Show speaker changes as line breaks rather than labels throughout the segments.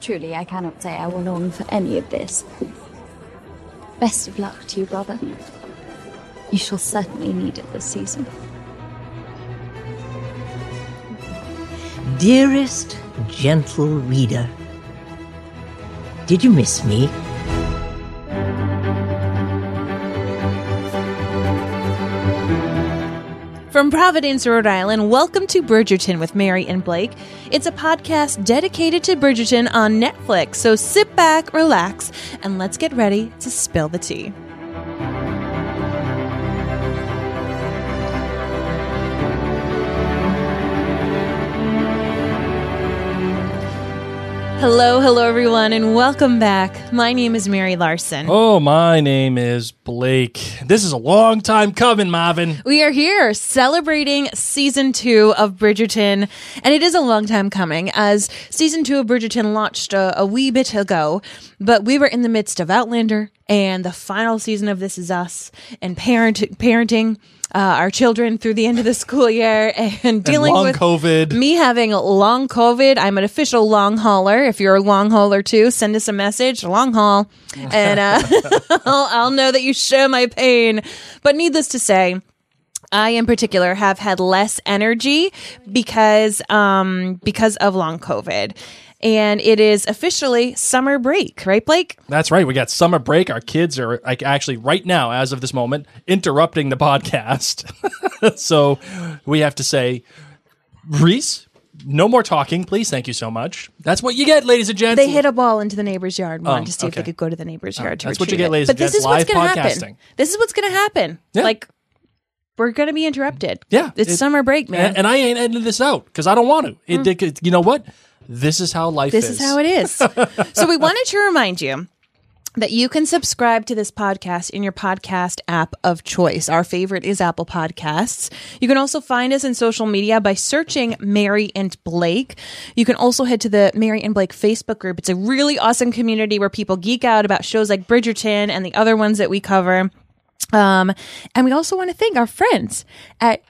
Truly, I cannot say I will long for any of this. Best of luck to you, brother. You shall certainly need it this season.
Dearest, gentle reader, did you miss me?
From Providence, Rhode Island, welcome to Bridgerton with Mary and Blake. It's a podcast dedicated to Bridgerton on Netflix, so sit back, relax, and let's get ready to spill the tea. Hello, hello, everyone, and welcome back. My name is Mary Larson.
Oh, my name is Blake. This is a long time coming, Marvin.
We are here celebrating season two of Bridgerton, and it is a long time coming as season two of Bridgerton launched a, a wee bit ago, but we were in the midst of Outlander and the final season of This Is Us and parent, parenting uh, our children through the end of the school year and dealing
long
with
COVID.
me having long COVID. I'm an official long hauler. If you're a long hauler too, send us a message, long haul, and uh, I'll, I'll know that you share my pain. But needless to say, I in particular have had less energy because um because of long COVID. And it is officially summer break, right, Blake?
That's right. We got summer break. Our kids are like actually right now, as of this moment, interrupting the podcast. so we have to say, Reese, no more talking, please. Thank you so much. That's what you get, ladies and gents.
They hit a ball into the neighbor's yard and wanted to see if they
okay. Oh,
could go to the neighbor's yard to
that's what you
retrieve it.
get, ladies
But
and
this
gents,
is what's
live
going to
podcasting.
happen. This is what's going to happen.
Yeah.
Like we're going to be interrupted.
Yeah,
it's
it-
summer break, man. Mm.
and, and I ain't editing this out because I don't want to. It, it- you know what? This is how life
this is how it is. so we wanted to remind you that you can subscribe to this podcast in your podcast app of choice. Our favorite is Apple Podcasts. You can also find us in social media by searching Mary and Blake. You can also head to the Mary and Blake Facebook group. It's a really awesome community where people geek out about shows like Bridgerton and the other ones that we cover. Um, and we also want to thank our friends at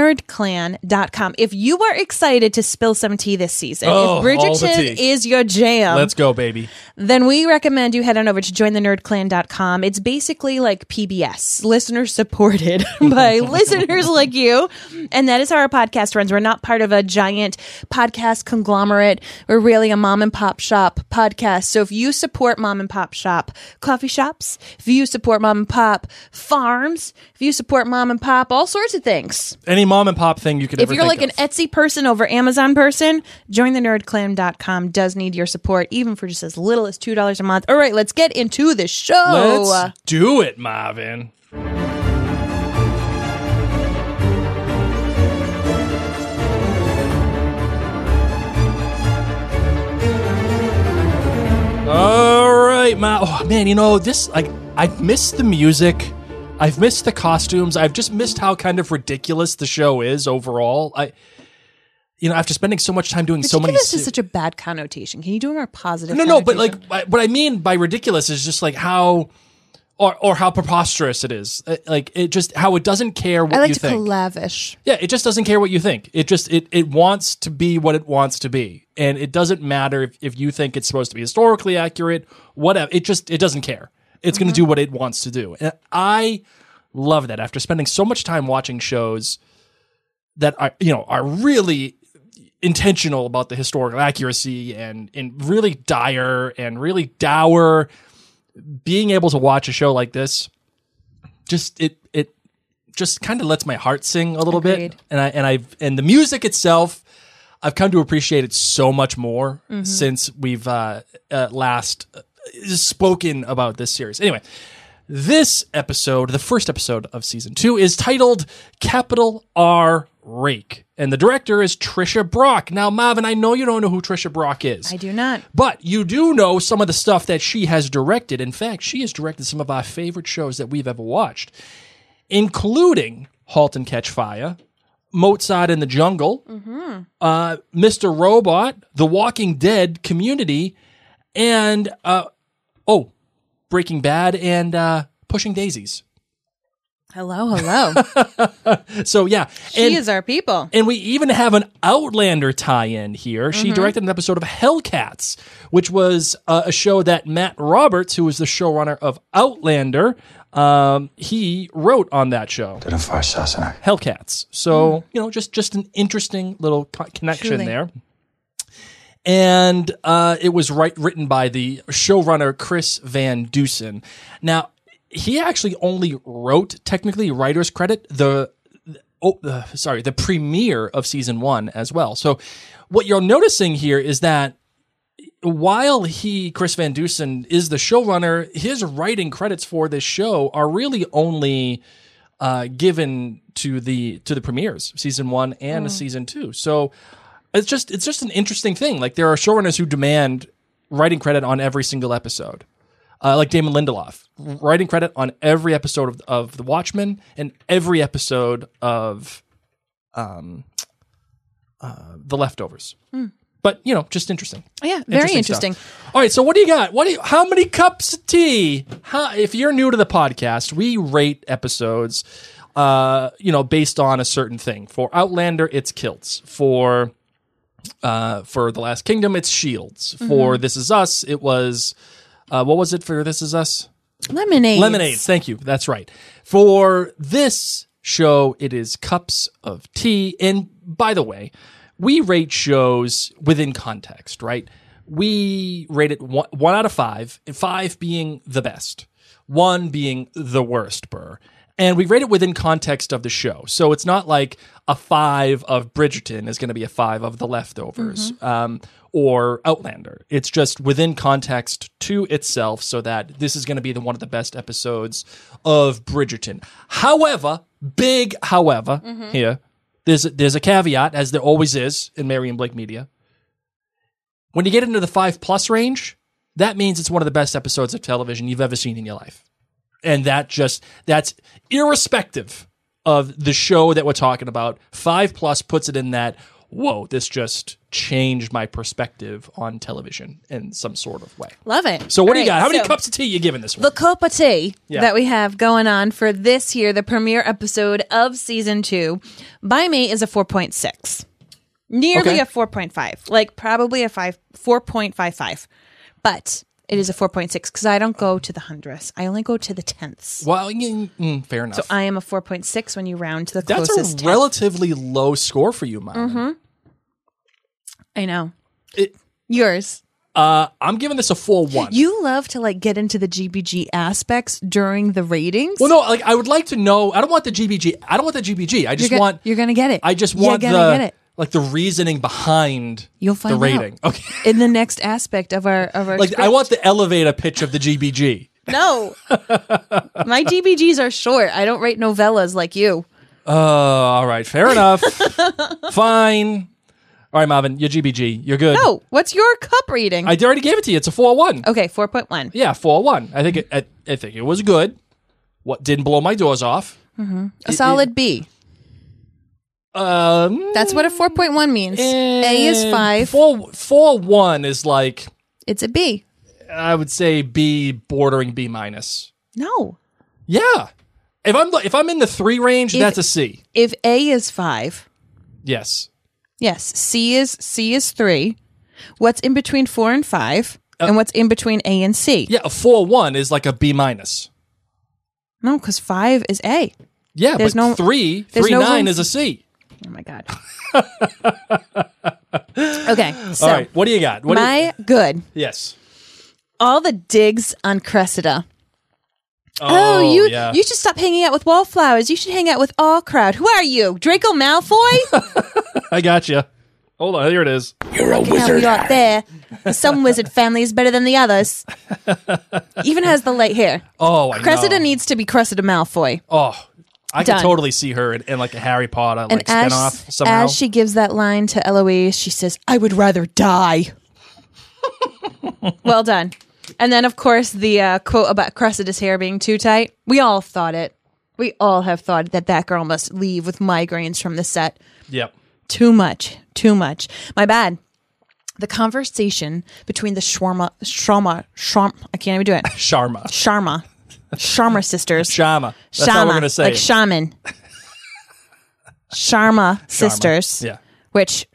jointhenerdclan.com. If you are excited to spill some tea this season,
Oh,
if
all the
Bridgerton
tea.
is your jam,
Let's go, baby.
then we recommend you head on over to jointhenerdclan.com. It's basically like PBS, listener supported by listeners like you. And that is how our podcast runs. We're not part of a giant podcast conglomerate. We're really a mom and pop shop podcast. So if you support mom and pop shop coffee shops, if you support mom and pop farms, if you support mom and pop, all sorts of things.
Any mom and pop thing you could
If
ever
you're
think
like an
of.
Etsy person over Amazon person, jointhenerdclan.com does need your support, even for just as little as $2 a month. All right, let's get into the show.
Let's do it, Marvin. All right, Ma- oh, man. You know this. Like, I've missed the music. I've missed the costumes. I've just missed how kind of ridiculous the show is overall. I, you know, after spending so much time doing so many.
Ridiculous
se-
is such a bad connotation. Can you do a more positive
no, no, but like
connotation?
I- what I mean by ridiculous is just like how, or or how preposterous it is. Uh, Like it just how it doesn't care what
I like
you
to
think.
call lavish.
yeah, it just doesn't care what you think. It just it it wants to be what it wants to be, and it doesn't matter if if you think it's supposed to be historically accurate. Whatever, it just it doesn't care. It's
Mm-hmm.
going to do what it wants to do, and I love that. After spending so much time watching shows that are you know are really intentional about the historical accuracy and and really dire and really dour being able to watch a show like this just it it just kind of lets my heart sing a little
Agreed.
bit and i and i've and the music itself i've come to appreciate it so much more since we've uh, uh last uh, spoken about this series anyway this episode, the first episode of season two, is titled Capital R Rake. And the director is Trisha Brock. Now, Marvin, I know you don't know who Trisha Brock is.
I do not.
But you do know some of the stuff that she has directed. In fact, she has directed some of our favorite shows that we've ever watched, including Halt and Catch Fire, Mozart in the Jungle,
Mm-hmm.
uh, Mr. Robot, The Walking Dead, Community, and uh, oh, Breaking Bad and uh, Pushing Daisies.
Hello, hello.
So yeah,
she
and,
is our people.
and we even have an Outlander tie-in here. She directed an episode of Hellcats, which was uh, a show that Matt Roberts, who was the showrunner of Outlander, um, he wrote on that show. Hellcats. So you know, just just an interesting little co- connection
Truly.
there. And uh, it was right written by the showrunner Chris Van Dusen. Now he actually only wrote technically writer's credit the. Oh, uh, sorry, the premiere of season one as well. So, what you're noticing here is that while he, Chris Van Dusen, is the showrunner, his writing credits for this show are really only uh, given to the to the premieres, season one and season two. So it's just it's just an interesting thing. Like there are showrunners who demand writing credit on every single episode, uh, like Damon Lindelof, writing credit on every episode of, of The Watchmen and every episode of um, uh, The Leftovers. But you know, just interesting.
Yeah, very
Interesting stuff. All right, so what do you got? What do you, how many cups of tea? How, if you're new to the podcast, we rate episodes uh, you know, based on a certain thing. For Outlander, it's kilts. For uh, for The Last Kingdom, it's shields. For This Is Us, it was uh, what was it for This Is Us?
Lemonade.
Lemonades. Thank you. That's right. For this show, it is cups of tea. And by the way, we rate shows within context, right? We rate it one, one out of five, and five being the best, one being the worst, Burr. And we rate it within context of the show. So it's not like a five of Bridgerton is going to be a five of The Leftovers um, or Outlander. It's just within context to itself so that this is going to be the one of the best episodes of Bridgerton. However, big however here, there's a, there's a caveat, as there always is in Mary and Blake Media. When you get into the five plus range, that means it's one of the best episodes of television you've ever seen in your life and that just that's irrespective of the show that we're talking about five plus puts it in that whoa this just changed my perspective on television in some sort of way
Love it.
so what do you
All
got
right,
how many
so
cups of tea you giving this one
The Copa Tea
Yeah.
that we have going on for this year, the premiere episode of season two, by me is a 4.6. Nearly
Okay.
a 4.5. Like probably a five, 4.55. But it is a 4.6 because I don't go to the hundredths. I only go to the tenths.
well yeah, mm, fair enough
So I am a 4.6 when you round to Mm-hmm. the
that's
closest.
a
tenth.
relatively low score for you Myron.
I know.
It-
Yours.
uh, i'm giving this a 4-1
You love to like get into the GBG aspects during the ratings.
well no like i would like to know i don't want the gbg i don't want the gbg i
you're,
just
go-
want
you're gonna get it.
i just
You're
want
gonna
the
get it.
like the reasoning behind
You'll find
the
out.
rating okay
in the next aspect of our of our
like I
script.
want the elevator pitch of the GBG.
no my gbgs are short i don't write novellas like you
Oh, all right, fair enough. Fine. All right, Marvin, your GBG, you're good.
no Oh. what's your cup reading
I already gave it to you. It's a four one.
okay 4.1
Yeah, four one. I think it, I, I think it was good. What didn't blow my doors off?
a solid b
Um,
that's what a 4.1 means a is
and
5
Four four one is like
it's a b
I would say B bordering B minus.
no
Yeah. If I'm if I'm in the three range, that's a C.
if a is 5
Yes.
yes c is c is 3 what's in between 4 and 5 and what's in between a and c
Uh, Yeah, a four one is like a B minus.
no because 5 is a
Yeah,
There's
but
no-
three
there's
three
no
nine
room-
is a C.
oh my god okay so
All right, what do you got? What do you-
my good
yes.
all the digs on Cressida. Oh, you
yeah.
you should stop hanging out with wallflowers. You should hang out with all crowd. Who are you, Draco Malfoy?
I got you. Hold on, here it is.
Now we out there. Some wizard family is better than the others. Even has the light hair.
Oh, I
Cressida
know.
needs to be Cressida Malfoy.
Oh, I could
Done.
totally see her in, in like a Harry Potter like
And as,
spinoff somehow.
as she gives that line to Eloise, she says, I would rather die. well done. And then, of course, the uh, quote about Cressida's hair being too tight. We all thought it. We all have thought that that girl must leave with migraines from the set.
yep.
Too much. Too much. My bad. The conversation between the shawarma, shawarma, shawarma, I can't even do it.
Sharma.
Sharma. Sharma sisters.
Shama. That's
Shama,
how we're going to say
like
it.
shaman. Sharma sisters,
Yeah.
which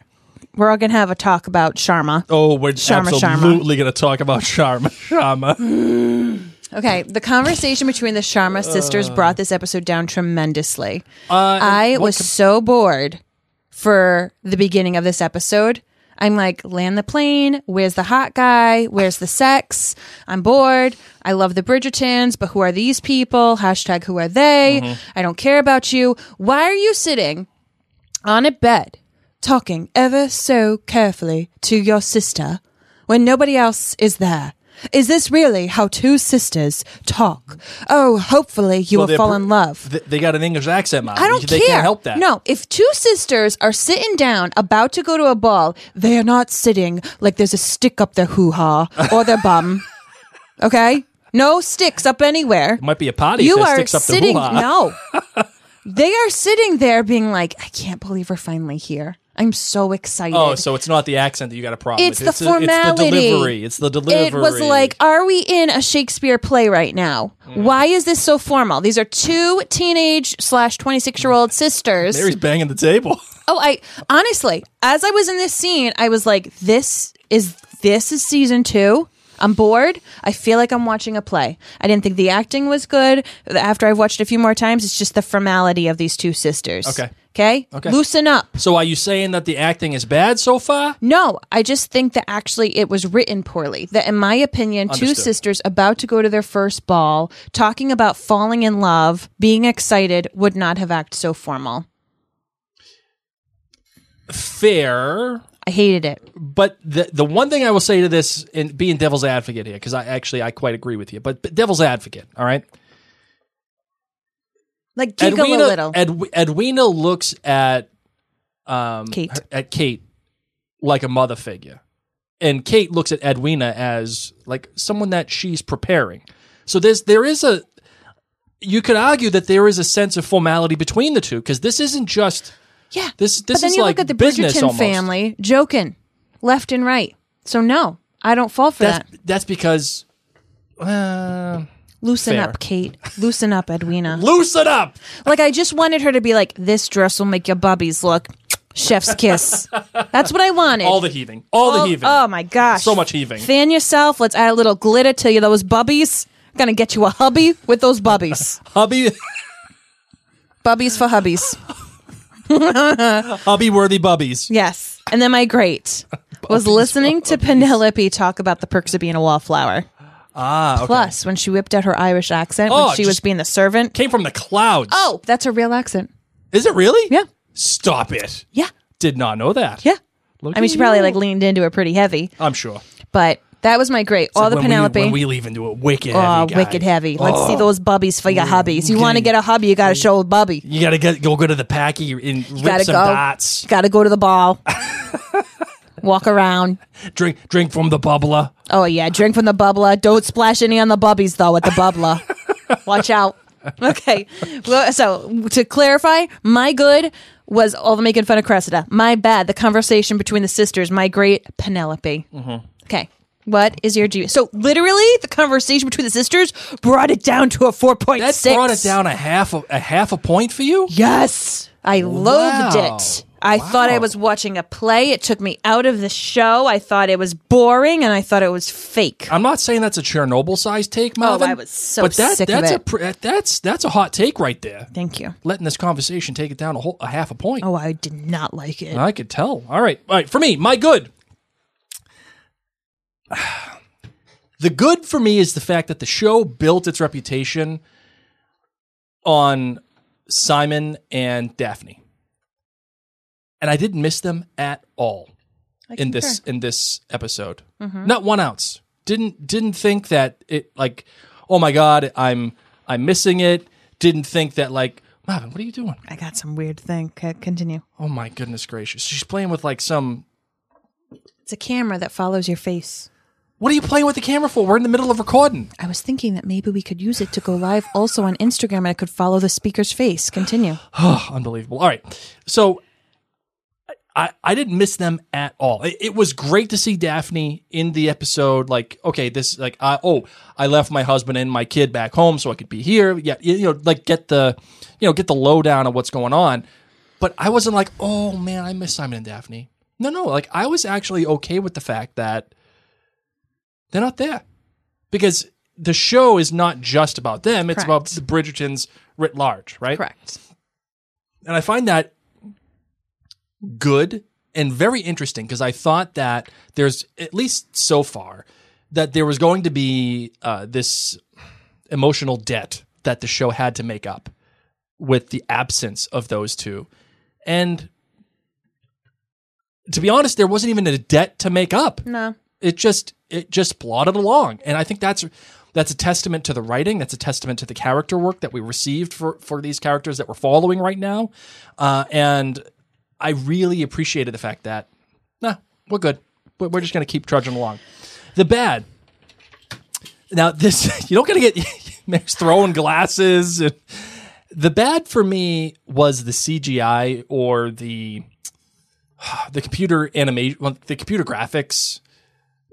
we're all gonna have a talk about Sharma.
Oh, we're
Sharma, Sharma.
absolutely going to talk about Sharma. Sharma.
Okay, the conversation between the Sharma sisters
Uh.
brought this episode down tremendously. I was so bored for the beginning of this episode. I'm like, land the plane. Where's the hot guy? Where's the sex? I'm bored. I love the Bridgertons, but who are these people? Hashtag who are they?
Mm-hmm.
I don't care about you. Why are you sitting on a bed talking ever so carefully to your sister when nobody else is there? Is this really how two sisters talk? Oh, hopefully you will
they're
fall
Br-
in love.
Th- They got an English accent, Mom.
I don't
they
care.
can't help that.
No, if two sisters are sitting down about to go to a ball, they are not sitting like there's a stick up their hoo ha or their bum. Okay? No sticks up anywhere.
It might be a potty
you
that
are
sticks up
sitting.
the hoo-ha.
no. they are sitting there being like, I can't believe we're finally here. I'm so excited.
Oh, so it's not the accent that you got a problem
it's
with.
the formality.
It's the delivery. It's the delivery.
It was like, are we in a Shakespeare play right now?
Mm.
Why is this so formal? These are two teenage slash twenty six year old sisters.
Mary's banging the table.
Oh, I honestly, as I was in this scene, I was like, this is this is season two. I'm bored. I feel like I'm watching a play. I didn't think the acting was good. After I've watched it a few more times, it's just the formality of these two sisters.
Okay.
Okay?
Okay.
Loosen up.
So are you saying that the acting is bad so far?
No, I just think that actually it was written poorly. That, in my opinion, two
Understood.
sisters about to go to their first ball, talking about falling in love, being excited, would not have acted so formal.
Fair.
I hated it.
but the the one thing I will say to this, and being devil's advocate here, because I actually I quite agree with you, but, but devil's advocate, all right.
Like, giggle a little.
Edw- Edwina looks at um
Kate.
her- at Kate like a mother figure, and Kate looks at Edwina as like someone that she's preparing. So there's there is a you could argue that there is a sense of formality between the two because this isn't just
Yeah.
This- this
but then
is
you
like
look at the
business
Bridgerton
almost.
family joking left and right. So no, I don't fall for
that's
that.
that's because uh,
Loosen
fair.
up, Kate. Loosen up, Edwina.
loosen up.
like I just wanted her to be like, this dress will make your bubbies look chef's kiss. That's what I wanted.
All the heaving. All, the
All-
heaving.
Oh my gosh.
So much heaving.
Fan yourself. Let's add a little glitter to you those bubbies. Gonna get you a hubby with those bubbies.
Hubby
bubbies for hubbies.
hubby worthy bubbies.
Yes. And then my great was listening to Penelope talk about the perks of being a wallflower.
Ah, okay.
Plus, when she whipped out her Irish accent
Oh,
when she was
just-
being the servant.
Came from the clouds.
Oh, that's her real accent.
Is it really?
Yeah.
Stop it.
Yeah.
Did not know that.
Yeah.
Look
I mean,
at
she probably
you.
like leaned into it pretty heavy,
I'm sure.
but that was my great. All
Like
the
when
Penelope.
We, when we leave into it, wicked
oh,
heavy. Oh. guy.
wicked heavy. Let's see those bubbies for your hubbies. You want to
Okay.
get a hubby, you got to show a bubby.
You gotta get, go go to the packy and rip
gotta
some
go.
dots.
Got to go to the ball. Walk around.
Drink drink from the bubbler.
Oh, yeah. Drink from the bubbler. Don't splash any on the bubbies, though, at the bubbler. Watch out. Okay. Well, so to clarify, my good was all the making fun of Cressida. My bad, the conversation between the sisters, my great Penelope.
Mm-hmm.
Okay. What is your G? So literally, the conversation between the sisters brought it down to a 4.6.
That brought it down a half a, a half a point for you.
Yes. I loathed
Wow.
it. I thought I
Wow.
was watching a play. It took me out of the show. I thought it was boring and I thought it was fake.
I'm not saying that's a Chernobyl sized take, Marvin.
Oh, I was so
but that,
sick of
that's
it.
a pr- that's that's a hot take right there.
Thank you.
Letting this conversation take it down a whole a half a point.
Oh, I did not like it.
I could tell. All right. All right. For me, my good. The good for me is the fact that the show built its reputation on Simon and Daphne. And I didn't miss them at all in this in this episode. Not one ounce. Didn't didn't think that it like oh my god, I'm I'm missing it. Didn't think that like Robin, what are you doing?
I got some weird thing. C- continue.
Oh my goodness gracious. She's playing with like some.
It's a camera that follows your face.
What are you playing with the camera for? We're in the middle of recording.
I was thinking that maybe we could use it to go live also on Instagram and I could follow the speaker's face. Continue.
Oh, unbelievable. All right. So I, I didn't miss them at all. It, it was great to see Daphne in the episode. Like, okay, this, like, I, oh, I left my husband and my kid back home so I could be here. Yeah. You know, like get the, you know, get the lowdown on what's going on. But I wasn't like, oh man, I miss Simon and Daphne. No, no. Like, I was actually okay with the fact that they're not there because the show is not just about them, it's
Correct.
about the Bridgertons writ large, right?
Correct.
and I find that good and very interesting because I thought that there's at least so far that there was going to be uh, this emotional debt that the show had to make up with the absence of those two, and to be honest, there wasn't even a debt to make up
No.
it just it just plodded along and i think that's that's a testament to the writing that's a testament to the character work that we received for for these characters that we're following right now uh, and i really appreciated the fact that nah we're good we're, we're just going to keep trudging along the bad now this you don't going to get Mary's throwing glasses and the bad for me was the cgi or the the computer animation well, the computer graphics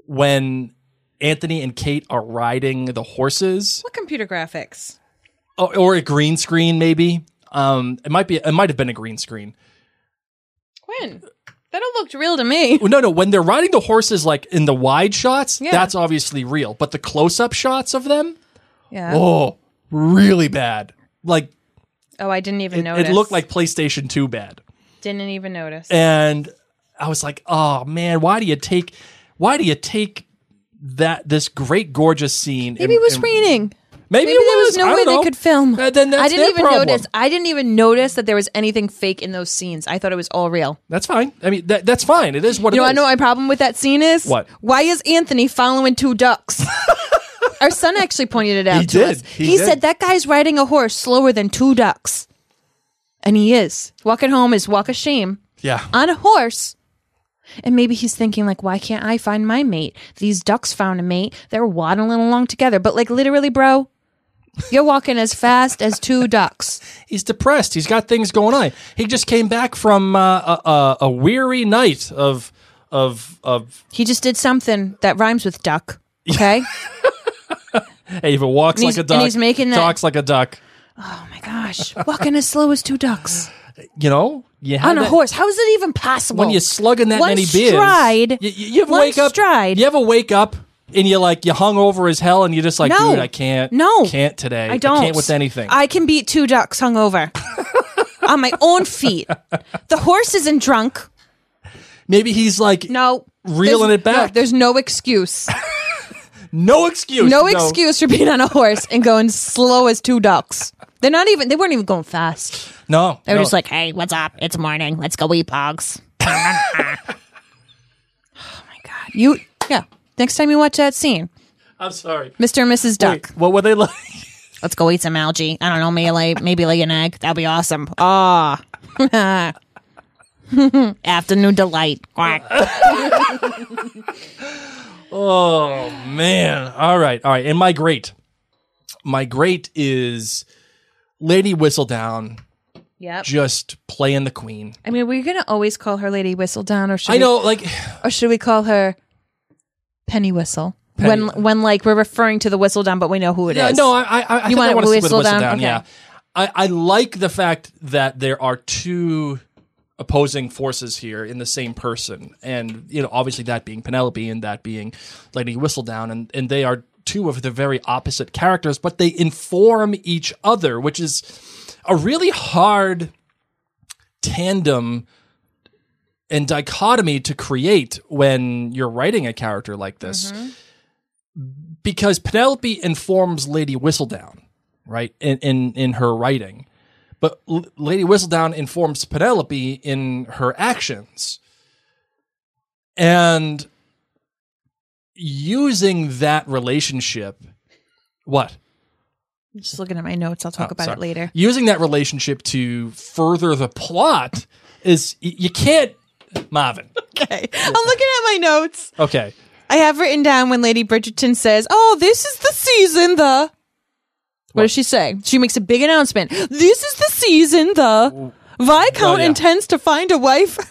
when Anthony and Kate are riding the horses
What computer graphics?
or, or a green screen maybe um it might be it might have been a green screen
When? That all looked real to me.
Well, no no when they're riding the horses like in the wide shots
Yeah.
that's obviously real but the close up shots of them
Yeah. Oh,
oh really bad like
I didn't even
it,
notice.
it looked like PlayStation 2 bad
Didn't even notice.
and I was like, "Oh man, why do you take why do you take that this great gorgeous scene
Maybe it
and-
was
and-
raining.
Maybe,
Maybe
it
there was no
I
way
don't know.
they could film.
Uh, then that's
I didn't
their
even
problem.
notice. I didn't even notice that there was anything fake in those scenes. I thought it was all real.
That's fine. I mean, that, that's fine. It is what
You
it
know,
is.
I know my problem with that scene is
What?
Why is Anthony following two ducks? Our son actually pointed it out.
He
to
did.
Us.
He
He,
did.
said that guy's riding a horse slower than two ducks, and he is walking home is walk of shame
yeah.
on a horse. And maybe he's thinking like, why can't I find my mate? These ducks found a mate. They're waddling along together, but like literally, bro, you're walking as fast as two ducks.
He's depressed. He's got things going on. He just came back from uh, a, a, a weary night of of of.
He just did something that rhymes with duck. Okay.
Hey, if it walks
And
like
he's-
a
and
duck,
he's making that-
talks like a duck.
oh my gosh, walking as slow as two ducks.
You know, you have
on a
that-
horse. How is it even possible?
when you're slugging that
One
many beers.
stride-
you, you, you ever
one
wake up?
stride.
You ever wake up and you're like you hung over as hell, and you're just like,
No.
dude, I can't.
No.
can't today.
I don't.
can't with anything.
I can beat two ducks hungover on my own feet. The horse isn't drunk.
Maybe he's like,
No.
Reeling
There's-
it back.
look, there's no excuse.
no excuse.
No excuse for being on a horse and going slow as two ducks. They're not even, they weren't even going fast.
No,
They were
no.
just like,
Hey, what's up? It's morning. Let's go eat pogs.
Oh you, yeah. Next time you watch that scene,
I'm sorry.
Mr. and Mrs. Duck.
Wait, what were they like?
Let's go eat some algae. I don't know, maybe lay, maybe lay an egg. That'd be awesome.
Ah.
Afternoon delight. Quack.
Oh man! All right, all right. And my great, my great is Lady Whistledown
Yep.
just playing the queen.
I mean, we're going to always call her Lady Whistledown or should
I
we
know, like
or should we call her Penny Whistle?
Penny-
When when like we're referring to the whistle down, but we know who it is.
yeah, no, I, I, I think
want
I
it
want to see with
Whistledown?
Whistledown.
Okay.
Yeah, I, I like the fact that there are two opposing forces here in the same person, and you know, obviously that being Penelope and that being Lady Whistledown, and and they are two of the very opposite characters, but they inform each other, which is a really hard tandem and dichotomy to create when you're writing a character like this
Mm-hmm.
because Penelope informs Lady Whistledown, right, in in, in her writing, but L- Lady Whistledown informs Penelope in her actions, and using that relationship, what? Oh,
Just looking at my notes. I'll talk about
Sorry.
it later.
Using that relationship to further the plot is y- you can't, Marvin.
Okay. I'm looking at my notes.
Okay,
I have written down when Lady Bridgerton says, "Oh, this is the season." The what does she say? She makes a big announcement. This is the season. The Viscount
Oh, yeah.
intends to find a wife.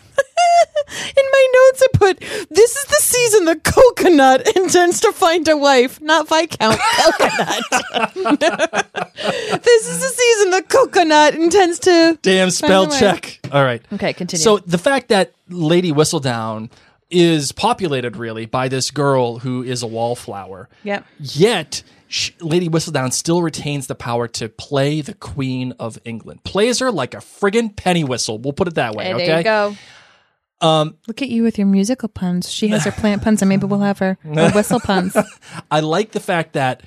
In my notes, I put, "This is the season the coconut intends to find a wife." Not Viscount coconut. this is the season the coconut intends to.
damn spell
way.
check. All right.
Okay, continue.
So the fact that Lady Whistledown is populated really by this girl who is a wallflower.
Yep.
Yet sh Lady Whistledown still retains the power to play the Queen of England. Plays her like a friggin' penny whistle. We'll put it that way. okay.
go. Um, Look at you with your musical puns. She has her plant puns, and maybe we'll have her, whistle puns.
I like the fact that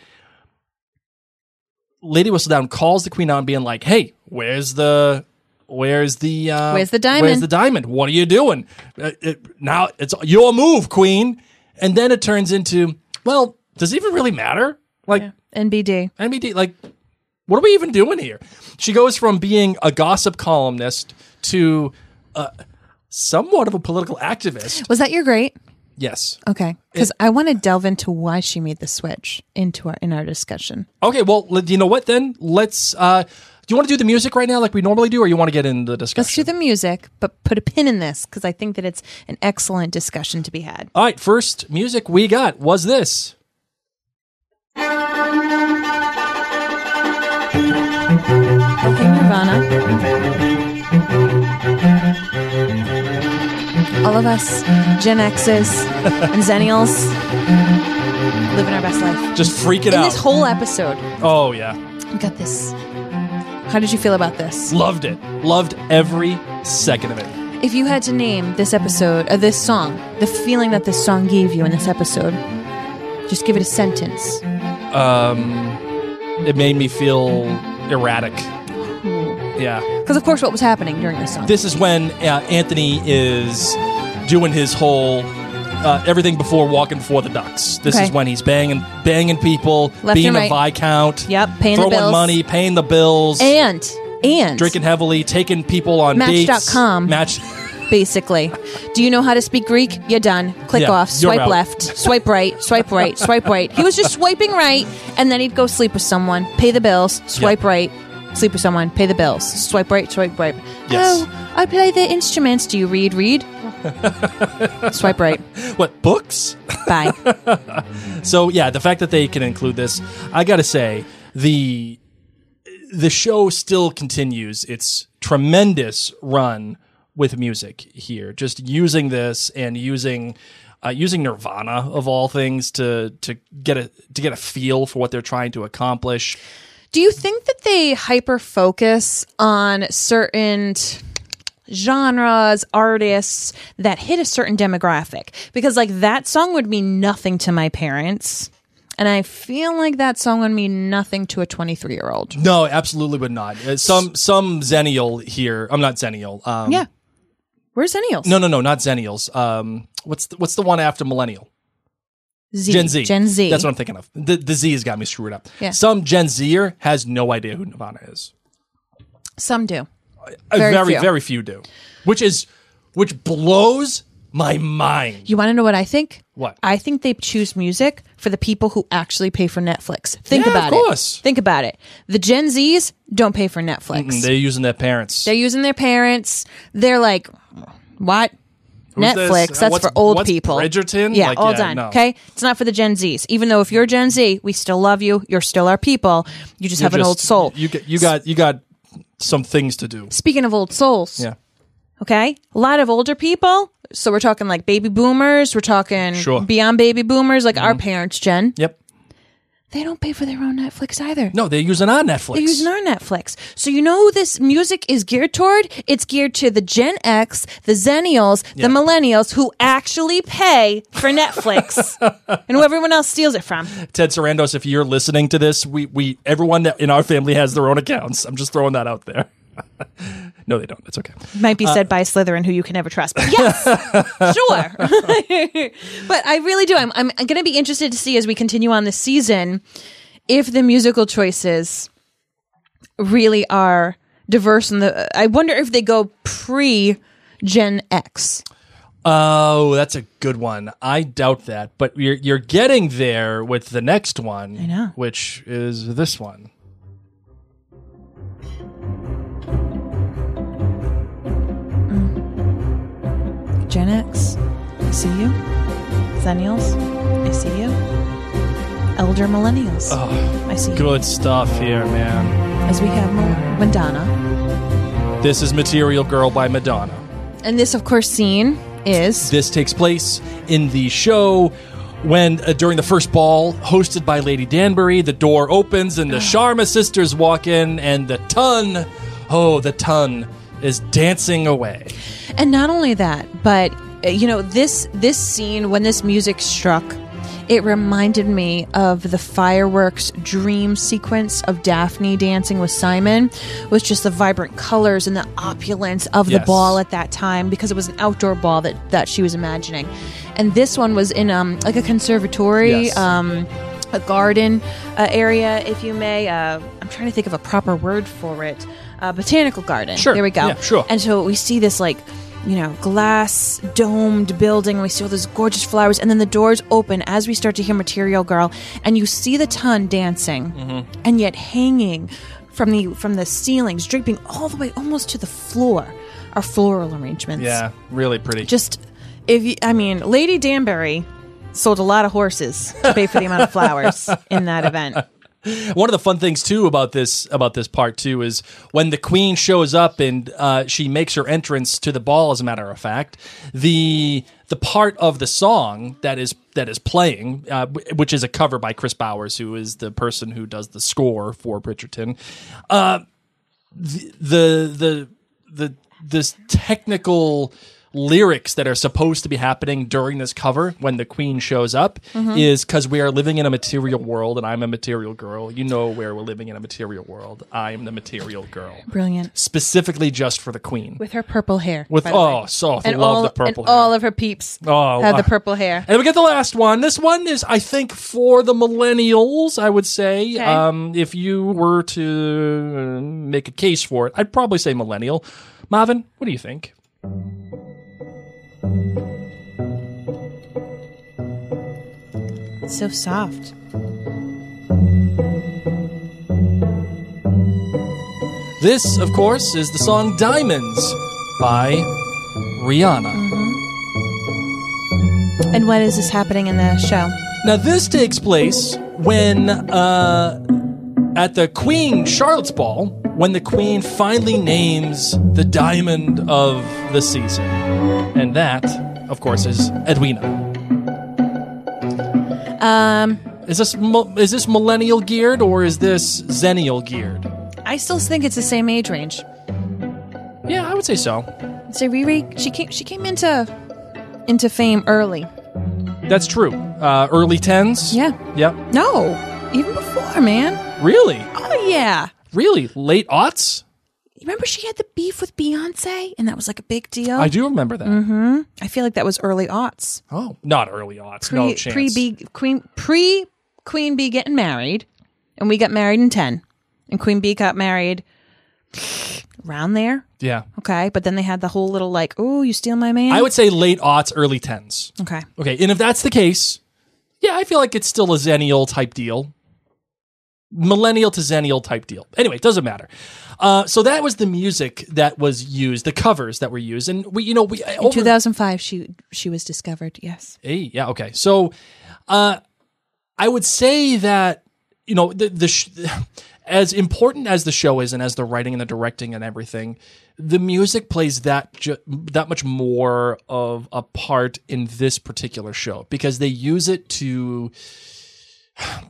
Lady Whistledown calls the Queen out and being like, "Hey, where's the, where's the, uh,
Where's the diamond?
Where's the diamond? What are you doing? Uh, it- now it's your move, Queen." And then it turns into, well, does it even really matter? Like
NBD.
NBD, like, what are we even doing here? She goes from being a gossip columnist to uh, somewhat of a political activist.
Was that your great?
Yes.
Okay, because I want to delve into why she made the switch into our in our discussion.
Okay, well, l- you know what then? Let's. Uh, do you want to do the music right now, like we normally do, or you want to get into the discussion?
Let's do the music, but put a pin in this because I think that it's an excellent discussion to be had.
All right, first music we got was this.
Okay, Nirvana. All of us, Gen X's and Xennials, living our best life.
Just freak it
In
out.
this whole episode,
oh yeah,
we got this. How did you feel about this?
loved it. Loved every second of it.
If you had to name this episode, or this song, the feeling that this song gave you in this episode, just give it a sentence.
Um, It made me feel erratic. Yeah,
Because, of course, what was happening during this song?
this is when uh, Anthony is doing his whole. Uh, everything before walking before the ducks. This
Okay.
is when he's banging, banging people,
Left
being
and
a
right.
viscount.
Yep, paying the
throwing
bills.
money, paying the bills,
and, and,
drinking heavily, taking people on
Match
dates.
dot com.
Match.
basically. Do you know how to speak Greek? You're done. Click
Yeah,
off,
you're
swipe
out.
left, swipe right, swipe right, swipe right. He was just swiping right, and then he'd go sleep with someone, pay the bills, swipe right, sleep with someone, pay the bills, swipe right, swipe right.
Yes.
Oh, I play the instruments. Do you read? Read. swipe right.
What books?
Bye.
So yeah, the fact that they can include this, I gotta say the the show still continues its tremendous run with music here. Just using this and using uh, using Nirvana of all things to to get a to get a feel for what they're trying to accomplish.
Do you think that they hyper focus on certain t- genres, artists that hit a certain demographic? Because, like, that song would mean nothing to my parents. And I feel like that song would mean nothing to a 23 year old.
No, absolutely would not. Uh, Some some zennial here. I'm not zennial. Um,
Yeah. Where's Zennials?
No, no, no, not zennials. Um, what's the, what's the one after millennial?
Z.
Gen Z.
Gen Z.
That's what I'm thinking of. The, the Z has got me screwed up.
Yeah.
Some Gen Zer has no idea who Nirvana is.
Some do.
Uh,
Very
very,
few.
very few do, which is which blows my mind.
You want to know what I think?
What?
I think they choose music for the people who actually pay for Netflix. Think
Yeah, of
about
course.
it. Think about it. The Gen Zs don't pay for Netflix.
They're using their parents.
They're using their parents. They're like, what?
Who's this?
Netflix.
Uh,
That's
what's-
for old
what's
people.
Bridgerton?
Yeah,
Like,
all
yeah,
done.
no.
Okay, it's not for the Gen Zs. Even though if you're a Gen Z, we still love you. You're still our people. You just
You're
have an
just-
old soul.
You got you got you got some things to do.
Speaking of old souls,
Yeah.
okay, a lot of older people. So we're talking like baby boomers. We're talking
Sure. Mm-hmm.
beyond baby boomers, like our parents' Gen.
Yep.
They don't pay for their own Netflix either.
No, they're using our Netflix.
They're using our Netflix. So you know who this music is geared toward? It's geared to the Gen X, the Zennials, the Millennials who actually pay for Netflix and who everyone else steals it from.
Ted Sarandos, if you're listening to this, we we everyone in our family has their own accounts. I'm just throwing that out there. no, they don't. It's okay.
Might be said by a Slytherin who you can never trust. But yes, sure. but I really do. I'm, I'm going to be interested to see as we continue on this season if the musical choices really are diverse in the I wonder if they go pre Gen X.
Oh, that's a good one. I doubt that, but you're you're getting there with the next one. I
know.
which is this one.
Mm. Gen X, I see you. Zennials, I see you. Elder millennials, I see you.
Good stuff here, man.
As we have more Madonna,
This is Material Girl by Madonna.
and this, of course, scene is
This takes place in the show when, uh, during the first ball hosted by Lady Danbury, the door opens and the Sharma sisters walk in, and the ton, oh, the ton is dancing away.
And not only that, but uh, you know this this scene when this music struck, it reminded me of the fireworks dream sequence of Daphne dancing with Simon, with just the vibrant colors and the opulence of the
Yes.
ball at that time because it was an outdoor ball that that she was imagining, and this one was in um like a conservatory
Yes.
um. A garden uh, area, if you may. Uh, I'm trying to think of a proper word for it. Uh, botanical garden.
Sure.
There we go.
Yeah, sure.
And so we see this like, you know, glass domed building. We see all those gorgeous flowers, and then the doors open as we start to hear Material Girl, and you see the ton dancing,
Mm-hmm.
and yet hanging from the from the ceilings, draping all the way almost to the floor, are floral arrangements.
Yeah, really pretty.
Just if you, I mean, Lady Danbury sold a lot of horses to pay for the amount of flowers in that event.
One of the fun things too about this about this part too is when the queen shows up and uh, she makes her entrance to the ball. As a matter of fact, the the part of the song that is that is playing, uh, wh- which is a cover by Chris Bowers, who is the person who does the score for Bridgerton. Uh, the the the this technical lyrics that are supposed to be happening during this cover when the queen shows up
Mm-hmm.
is because we are living in a material world and i'm a material girl you know where we're living in a material world i am the material girl
Brilliant.
specifically just for the queen
With her purple hair.
with
by the way.
oh so
and
love
all
the purple
and
hair.
all of her peeps
Oh,
had
wow.
the purple hair.
And we get the last one. This one is, I think, for the millennials. I would say, um, if you were to uh, make a case for it, I'd probably say millennial. Marvin, what do you think?
So soft.
This, of course, is the song "Diamonds" by Rihanna.
And when is this happening in the show?
Now, this takes place when uh, at the Queen Charlotte's Ball, when the Queen finally names the diamond of the season, and that, of course, is Edwina.
Um,
Is this mil- is this millennial geared or is this zennial geared?
I still think it's the same age range.
Yeah, I would say so.
So Riri, she came, she came into into fame early.
That's true. Uh, early tens.
Yeah.
Yep.
No, even before, man.
Really,
Oh yeah.
really late aughts.
Remember she had the beef with Beyonce, and that was like a big deal.
I do remember that.
Mm-hmm. I feel like that was early aughts.
Oh, not early aughts.
Pre
no chance.
pre B Queen pre Queen Bee getting married, and we got married in ten, and Queen Bee got married around there.
Yeah.
Okay, but then they had the whole little like, oh, you steal my man.
I would say late aughts, early tens.
Okay.
Okay, and if that's the case, yeah, I feel like it's still a zennial type deal. Millennial to zennial type deal. Anyway, it doesn't matter. Uh, so that was the music that was used, the covers that were used, and we, you know, we
In
over-
2005, she she was discovered. Yes.
Hey, yeah, okay. So, uh, I would say that you know the the sh- as important as the show is, and as the writing and the directing and everything, the music plays that ju- that much more of a part in this particular show because they use it to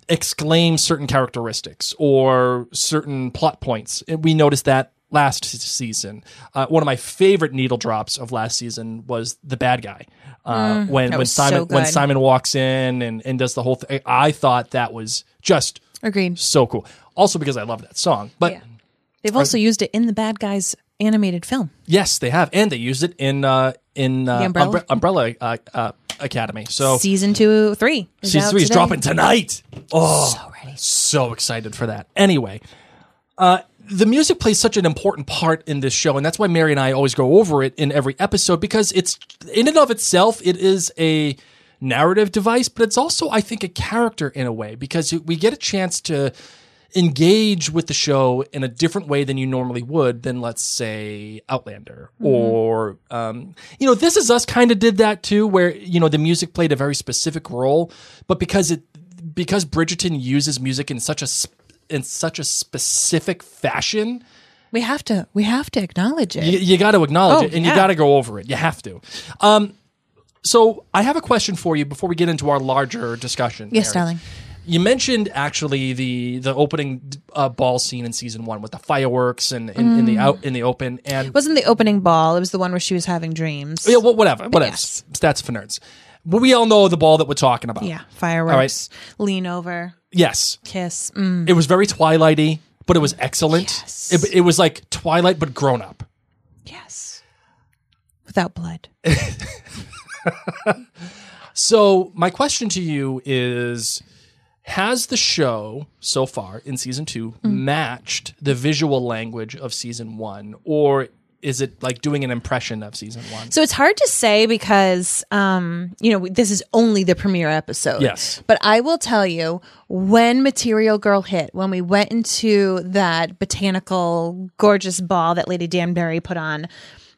exclaim certain characteristics or certain plot points. And we noticed that last se- season. Uh, one of my favorite needle drops of last season was the bad guy. Uh, when when
Mm, was so
Simon when
good.
Simon walks in and, and does the whole thing. I thought that was just
Agreed.
so cool. Also because I love that song. But
They've also used it in the bad guys animated film.
yes, they have. And they used it in uh in uh,
The Umbrella?
Umbre- Umbrella uh, uh, Academy. So
Season two, three.
season three is dropping tonight. Oh,
already.
so excited for that. Anyway, uh, the music plays such an important part in this show, and that's why Mary and I always go over it in every episode because it's in and of itself, it is a narrative device, but it's also, I think, a character in a way because we get a chance to engage with the show in a different way than you normally would than let's say outlander or um, you know this is us kind of did that too where you know the music played a very specific role but because it because bridgerton uses music in such a sp- in such a specific fashion
We have to we have to acknowledge it.
you, you got to acknowledge
Oh,
it and you
yeah.
got to go over it you have to um, so i have a question for you before we get into our larger discussion
Yes,
Mary.
darling.
You mentioned actually the the opening uh, ball scene in season one with the fireworks and in, in
Mm.
the out in the open and
It wasn't the opening ball, it was the one where she was having dreams.
yeah, well, whatever, whatever.
yes.
Stats for nerds. But we all know the ball that we're talking about.
Yeah, fireworks. Lean over,
Yes,
kiss. Mm.
it was very Twilighty, but it was excellent. It, it was like Twilight but grown up.
Yes. Without blood.
So my question to you is: Has the show so far in season two
Mm-hmm.
matched the visual language of season one, or is it like doing an impression of season one?
So it's hard to say because, um, you know, this is only the premiere episode.
Yes.
But I will tell you when Material Girl hit, when we went into that botanical, gorgeous ball that Lady Danbury put on,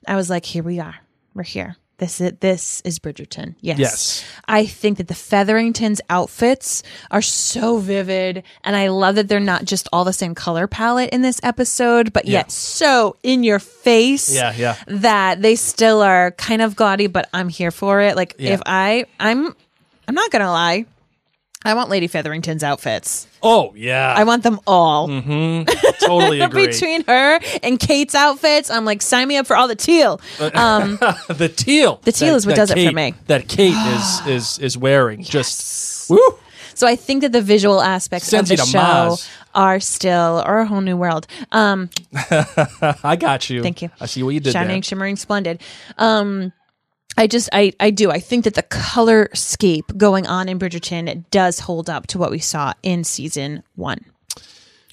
I was like, here we are. We're here. This is, this is Bridgerton. Yes.
Yes.
I think that the Featheringtons outfits are so vivid. And I love that they're not just all the same color palette in this episode, but
Yeah.
yet so in your face
Yeah, yeah.
that they still are kind of gaudy, but I'm here for it. Like if I, I'm, I'm not gonna lie, I want Lady Featherington's outfits.
Oh yeah,
I want them all.
Mm-hmm. totally agree.
Between her and Kate's outfits, I'm like, sign me up for all the teal. Um,
the teal.
The teal
is
is what does it for me.
That Kate is is is wearing. Just woo.
so I think that the visual aspects
Sends you
of the
to
show
Mars.
are still, or a whole new world. Um,
I got you.
Thank you.
I see what you did
Shining,
there.
shimmering, splendid. Um, I just, I, I do. I think that the colorscape going on in Bridgerton does hold up to what we saw in season one.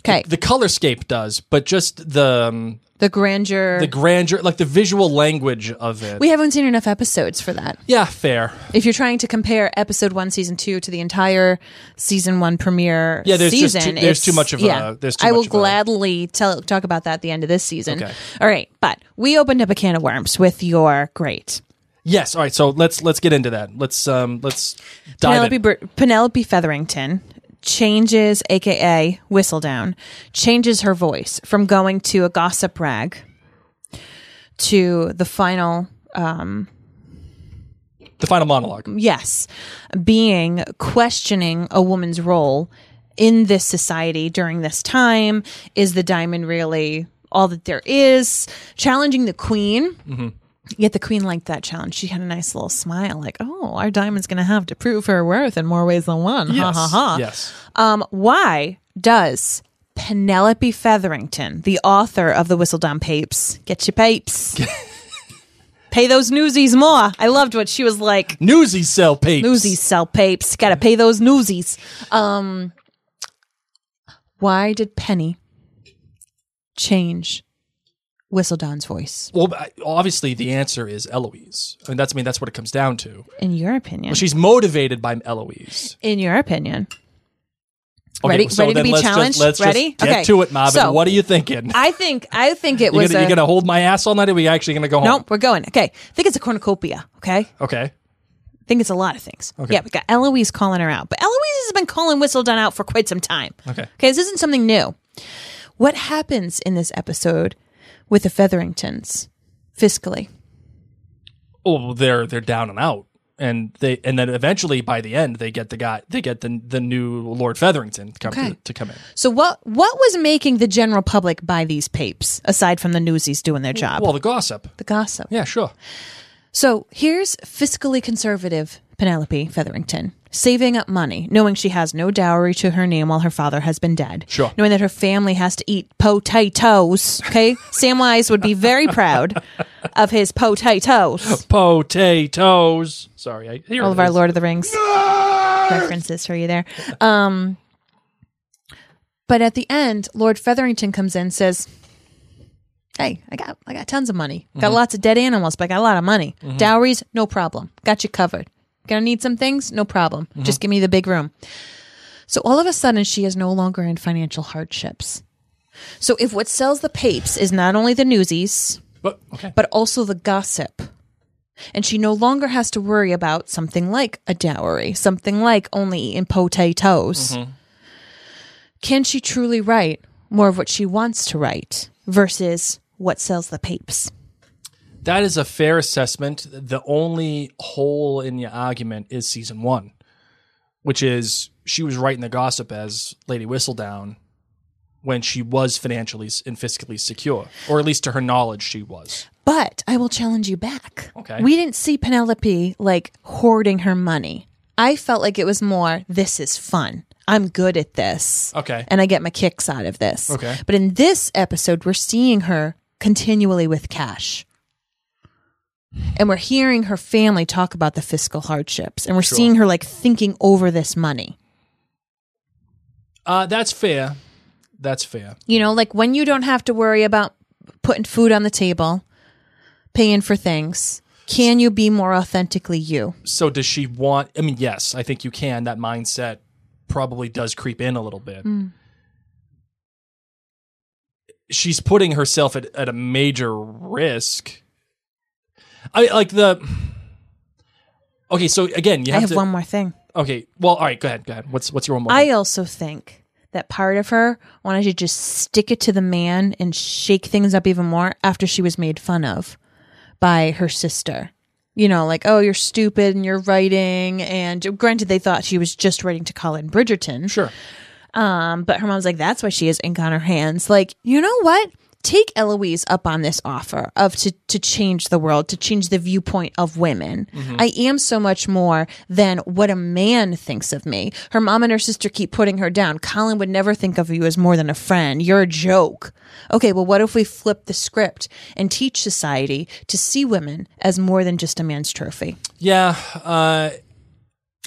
Okay,
the colorscape does, but just the um,
the grandeur.
the grandeur, like the visual language of it.
we haven't seen enough episodes for that.
yeah, fair.
If you're trying to compare episode one, season two, to the entire season one premiere,
Yeah, there's just
season,
too- there's
it's-
too much of a-
yeah.
there's too
I will
much of a-
gladly tell talk about that at the end of this season.
Okay.
All right, but we opened up a can of worms with your great
Yes. All right. So let's let's get into that. Let's um let's dive
Penelope,
in.
Br- Penelope Featherington changes, aka Whistledown, changes her voice from going to a gossip rag to the final, um,
the final monologue.
yes, being questioning a woman's role in this society during this time. Is the diamond really all that there is? Challenging the queen.
Mm-hmm.
Yet the queen liked that challenge. She had a nice little smile, like, "Oh, our diamond's going to have to prove her worth in more ways than one." Ha ha ha.
Yes.
Um, why does Penelope Featherington, the author of the Whistledown Papes, get your papes? pay those newsies more. I loved what she was like.
Newsy cell papes.
Newsies sell papes. Gotta pay those newsies. Um, why did Penny change Whistledown's voice?
Well, I- obviously the answer is Eloise. I mean, that's I mean that's what it comes down to.
In your opinion,
Well, she's motivated by Eloise.
in your opinion,
Okay,
Ready-
so
ready to
then
be
let's just-
challenged?
let's
Ready?
Just get
Okay.
to it, Marvin.
So-
what are you thinking?
I think I think it
You're
was
gonna,
a
you gonna hold my ass all night, or are we actually gonna go home?
nope. We're going okay. I think it's a cornucopia. Okay,
Okay.
I think it's a lot of things. Yeah, we got Eloise calling her out, but Eloise has been calling Whistledown out for quite some time.
Okay.
Okay, this isn't something new. What happens in this episode with the Featheringtons fiscally?
oh, Well, they're they're down and out, and they and then eventually by the end they get the guy they get the the new Lord Featherington to come to,
Okay.
to come in.
So what what was making the general public buy these papes aside from the newsies doing their job?
Well, the gossip.
the gossip.
Yeah, sure.
So here's fiscally conservative Penelope Featherington saving up money, knowing she has no dowry to her name while her father has been dead.
Sure.
Knowing that her family has to eat potatoes. Okay. Samwise would be very proud of his potatoes.
Potatoes. Sorry, I here
All
it
of our
is.
Lord of the Rings references for you there. Um, But at the end, Lord Featherington comes in and says, Hey, I got I got tons of money. Got lots of dead animals, but I got a lot of money. Dowries, no problem. Got you covered. Gonna need some things? No problem. Just give me the big room. So all of a sudden she is no longer in financial hardships. So if what sells the papes is not only the newsies,
But okay.
but also the gossip. And she no longer has to worry about something like a dowry, something like only eating potatoes. Can she truly write more of what she wants to write versus what sells the papes?
That is a fair assessment. The only hole in your argument is season one, which is she was writing the gossip as Lady Whistledown when she was financially s- and fiscally secure, or at least to her knowledge, she was.
But I will challenge you back.
Okay.
We didn't see Penelope like hoarding her money. I felt like it was more, this is fun. I'm good at this.
Okay.
And I get my kicks out of this.
Okay.
But in this episode, we're seeing her continually with cash. And we're hearing her family talk about the fiscal hardships. And we're seeing her like thinking over this money.
Uh, that's fair. That's fair.
You know, like when you don't have to worry about putting food on the table, paying for things, can you be more authentically you?
So does she want? I mean, yes, I think you can. That mindset probably does creep in a little bit. She's putting herself at, at a major risk. I like the. Okay, so again, you
I
have,
have
to,
one more thing.
Okay, well, all right, go ahead, go ahead. What's what's your one? more?
I also think that part of her wanted to just stick it to the man and shake things up even more after she was made fun of by her sister. You know, like, oh, you're stupid and you're writing. And granted, they thought she was just writing to Colin Bridgerton.
sure.
Um, but her mom's like, that's why she has ink on her hands. Like, you know what? Take Eloise up on this offer of to to change the world, to change the viewpoint of women. I am so much more than what a man thinks of me. Her mom and her sister keep putting her down. Colin would never think of you as more than a friend. You're a joke. Okay, well, what if we flip the script and teach society to see women as more than just a man's trophy?
Yeah, uh,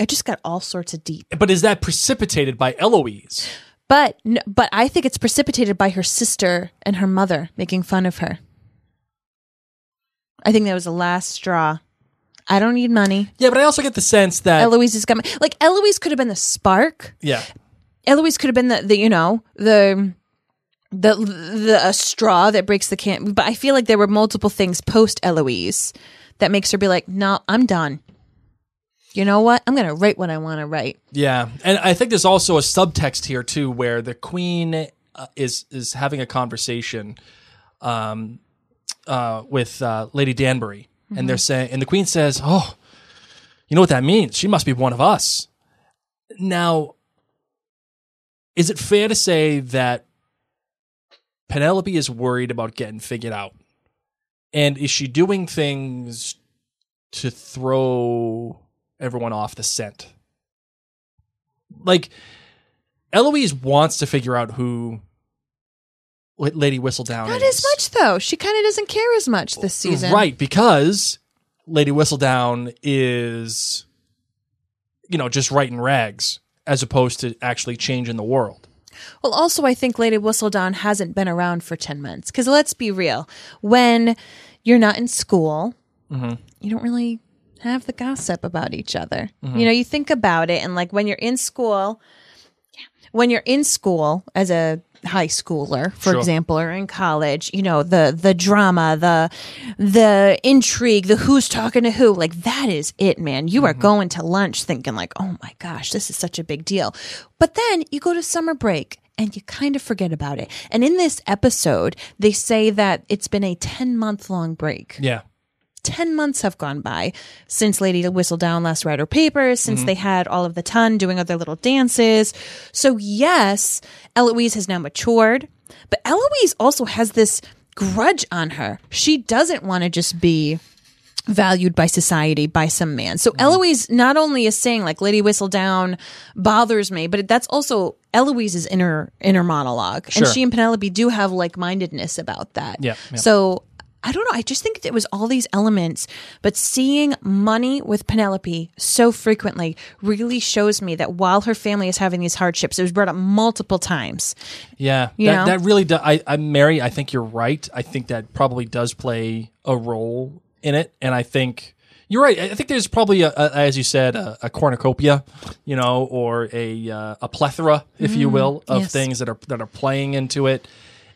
I just got all sorts of deep.
but is that precipitated by Eloise?
But n- but I think it's precipitated by her sister and her mother making fun of her. I think that was the last straw. I don't need money.
Yeah, but I also get the sense that
Eloise is coming. Like Eloise could have been the spark.
yeah,
Eloise could have been the, the you know the the the uh, straw that breaks the can. But I feel like there were multiple things post Eloise that makes her be like, no, I'm done. You know what? I'm gonna write what I want to write.
Yeah, and I think there's also a subtext here too, where the queen uh, is is having a conversation um, uh, with uh, Lady Danbury, and they're saying, and the queen says, "Oh, you know what that means? She must be one of us." Now, is it fair to say that Penelope is worried about getting figured out, and is she doing things to throw everyone off the scent? like Eloise wants to figure out who what Lady Whistledown
Not
is.
as much though. She kind of doesn't care as much this season,
Right, because Lady Whistledown is you know, just writing rags as opposed to actually changing the world.
Well, also, I think Lady Whistledown hasn't been around for 10 months. Because let's be real, when you're not in school, you don't really have the gossip about each other. You know, you think about it, and like when you're in school, when you're in school as a high schooler for
Sure.
example or in college you know the the drama the the intrigue the who's talking to who like that is it man you are going to lunch thinking like oh my gosh this is such a big deal but then you go to summer break and you kind of forget about it and in this episode they say that it's been a 10 month long break
Yeah.
10 months have gone by since Lady Whistledown last read her papers, since they had all of the ton doing other little dances. So, yes, Eloise has now matured, but Eloise also has this grudge on her. She doesn't want to just be valued by society by some man.
Mm-hmm.
So Eloise not only is saying like Lady Whistledown bothers me, but that's also Eloise's inner inner monologue.
Sure.
And she and Penelope do have like-mindedness about that.
Yeah, yeah.
So I don't know. I just think it was all these elements, but seeing money with Penelope so frequently really shows me that while her family is having these hardships, it was brought up multiple times.
Yeah,
You know?
that, that really does. I, I, Mary, I think you're right. I think that probably does play a role in it, and I think you're right. I think there's probably, a, a, as you said, a, a cornucopia, you know, or a uh, a plethora, if
Mm,
you will, of things that are that are playing into it.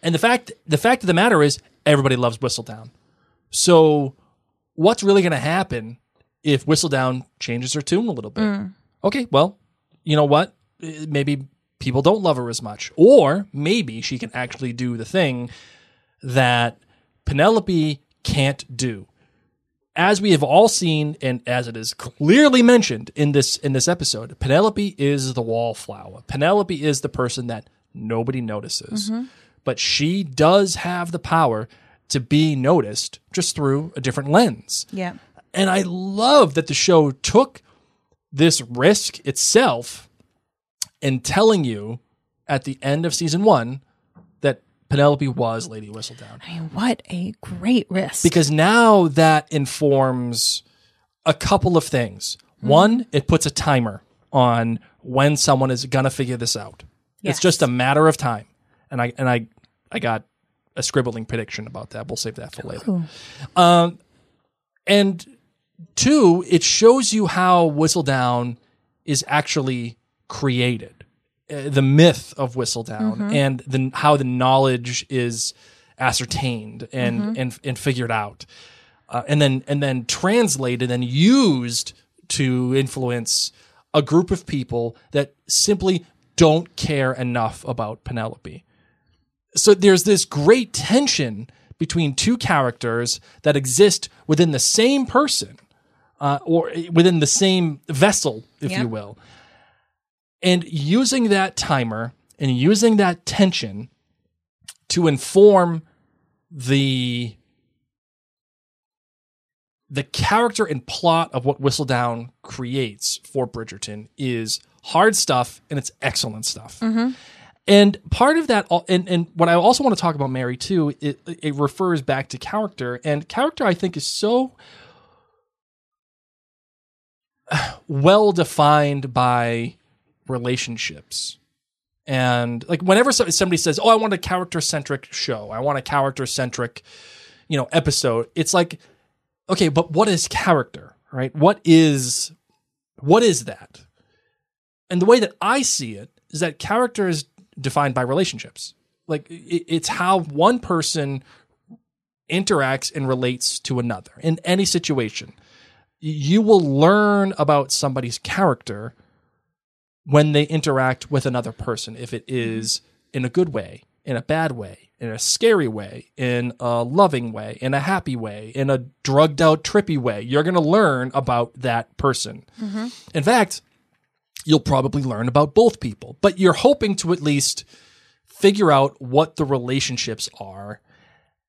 And the fact the fact of the matter is, everybody loves Whistledown. So, what's really going to happen if Whistledown changes her tune a little bit?
Mm.
Okay, well, you know what? Eh, Maybe people don't love her as much, or maybe she can actually do the thing that Penelope can't do. As we have all seen, and as it is clearly mentioned in this in this episode, Penelope is the wallflower. Penelope is the person that nobody notices, but she does have the power to be noticed just through a different lens.
Yeah.
And I love that the show took this risk itself and telling you at the end of season one that Penelope was Lady Whistledown.
I mean, what a great risk.
Because now that informs a couple of things. One, it puts a timer on when someone is gonna figure this out. It's just a matter of time. And I and I I got a scribbling prediction about that. We'll save that for later. Um, and two, it shows you how Whistledown is actually created, uh, the myth of Whistledown, and the, how the knowledge is ascertained and and and figured out, uh, and then and then translated and used to influence a group of people that simply don't care enough about Penelope so there's this great tension between two characters that exist within the same person uh, or within the same vessel if you will and using that timer and using that tension to inform the the character and plot of what Whistledown creates for Bridgerton is hard stuff and it's excellent stuff. And part of that, and, and what I also want to talk about Mary too, it, it refers back to character. And character, I think, is so well defined by relationships. And like whenever so- somebody says, Oh, I want a character centric show, I want a character centric, you know, episode, it's like, okay, but what is character, right? What is, what is that? and the way that I see it is that character is defined by relationships. Like it, it's how one person interacts and relates to another in any situation. You will learn about somebody's character when they interact with another person, if it is in a good way, in a bad way, in a scary way, in a loving way, in a happy way, in a drugged out, trippy way. You're going to learn about that person. In fact, you'll probably learn about both people, but you're hoping to at least figure out what the relationships are.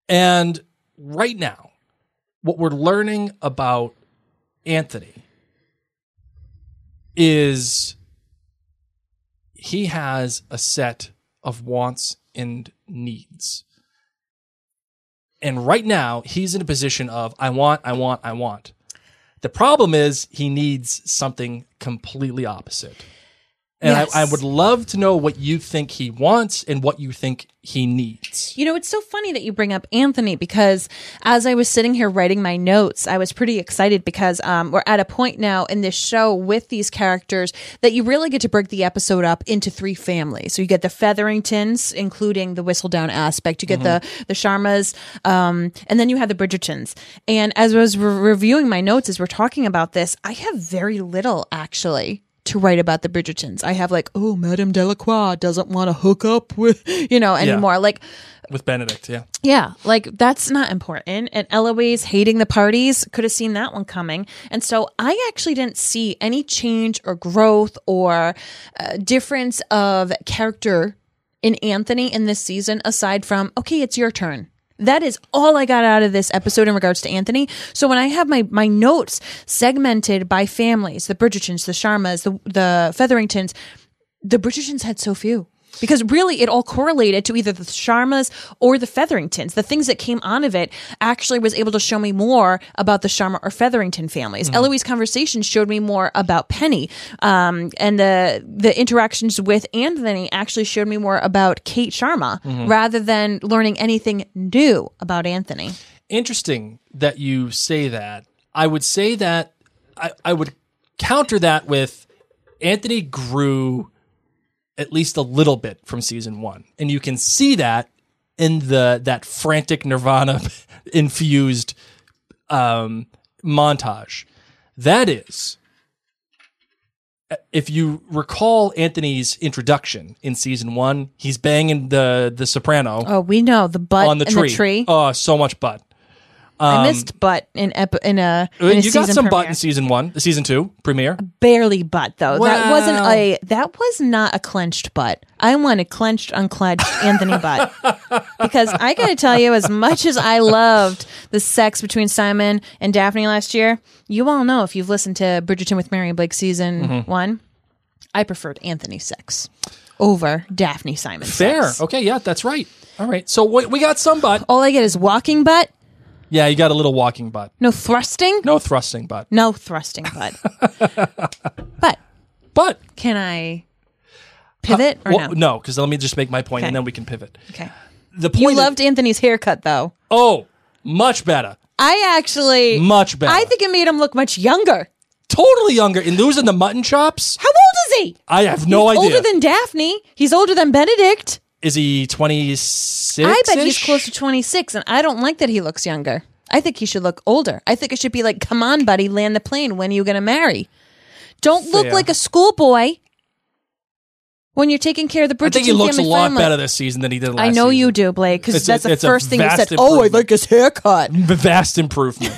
And right now, what we're learning about Anthony is he has a set of wants and needs. And right now, he's in a position of I want, I want, I want. The problem is he needs something completely opposite. And
Yes.
I, I would love to know what you think he wants and what you think he needs.
You know, it's so funny that you bring up Anthony because as I was sitting here writing my notes, I was pretty excited because um, we're at a point now in this show with these characters that you really get to break the episode up into three families. So you get the Featheringtons, including the Whistledown aspect. You get the the Sharmas, um, and then you have the Bridgertons. And as I was re- reviewing my notes as we're talking about this, I have very little actually to write about the Bridgertons. I have like, oh, Madame Delacroix doesn't want to hook up with, you know, anymore. Like,
With Benedict, yeah.
yeah, like that's not important. And Eloise hating the parties could have seen that one coming. And so I actually didn't see any change or growth or uh, difference of character in Anthony in this season aside from, okay, it's your turn. That is all I got out of this episode in regards to Anthony. So when I have my my notes segmented by families, the Bridgertons, the Sharmas, the the Featheringtons, the Bridgertons had so few. because really it all correlated to either the Sharmas or the Featheringtons. The things that came out of it actually was able to show me more about the Sharma or Featherington families.
Mm.
Eloise conversation showed me more about Penny, um, and the the interactions with Anthony actually showed me more about Kate Sharma
Mm-hmm.
rather than learning anything new about Anthony.
interesting that you say that. I would say that I, I would counter that with Anthony grew at least a little bit from season one, and you can see that in the that frantic Nirvana infused um, montage. That is, if you recall Anthony's introduction in season one, he's banging the the soprano
Oh, we know the butt
on the
and
tree.
The tree.
Oh, so much butt.
I missed butt in ep- in a, in a
you
season
got some
premiere.
butt in season one, season two premiere.
barely butt though. That wasn't
Wow.
a that was not a clenched butt. I want a clenched, unclenched Anthony butt. Because I gotta tell you, as much as I loved the sex between Simon and Daphne last year, you all know if you've listened to Bridgerton with Mary and Blake season
Mm-hmm.
one, I preferred Anthony's sex over Daphne Simon's
Fair.
sex.
Okay. Yeah, that's right. All right. So we, we got some butt.
All I get is walking butt,
Yeah, you got a little walking butt.
no thrusting,
No thrusting butt.
no thrusting butt. but
But
can I pivot or
well,
no?
Uh, no, because let me just make my point,
Okay.
and then we can pivot.
Okay.
The point.
You
is-
loved Anthony's haircut though.
oh, much better.
I actually
Much better.
I think it made him look much younger.
Totally younger. And losing the mutton chops.
How old is he?
I have no
he's
idea.
Older than Daphne. He's older than Benedict.
is he twenty six?
I bet he's close to 26 and I don't like that he looks younger. I think he should look older. I think it should be like, "Come on, buddy, land the plane. When are you going to marry?" Don't look
Fair.
like a schoolboy when you're taking care of the Bridgerton
I think he looks a
family
lot
family.
better this season than he did last.
I know
season.
you do, Blake, because
It's a-
that's the
it's a
first thing you
vast
said. Oh, I
improvement.
like his haircut.
V- vast improvement.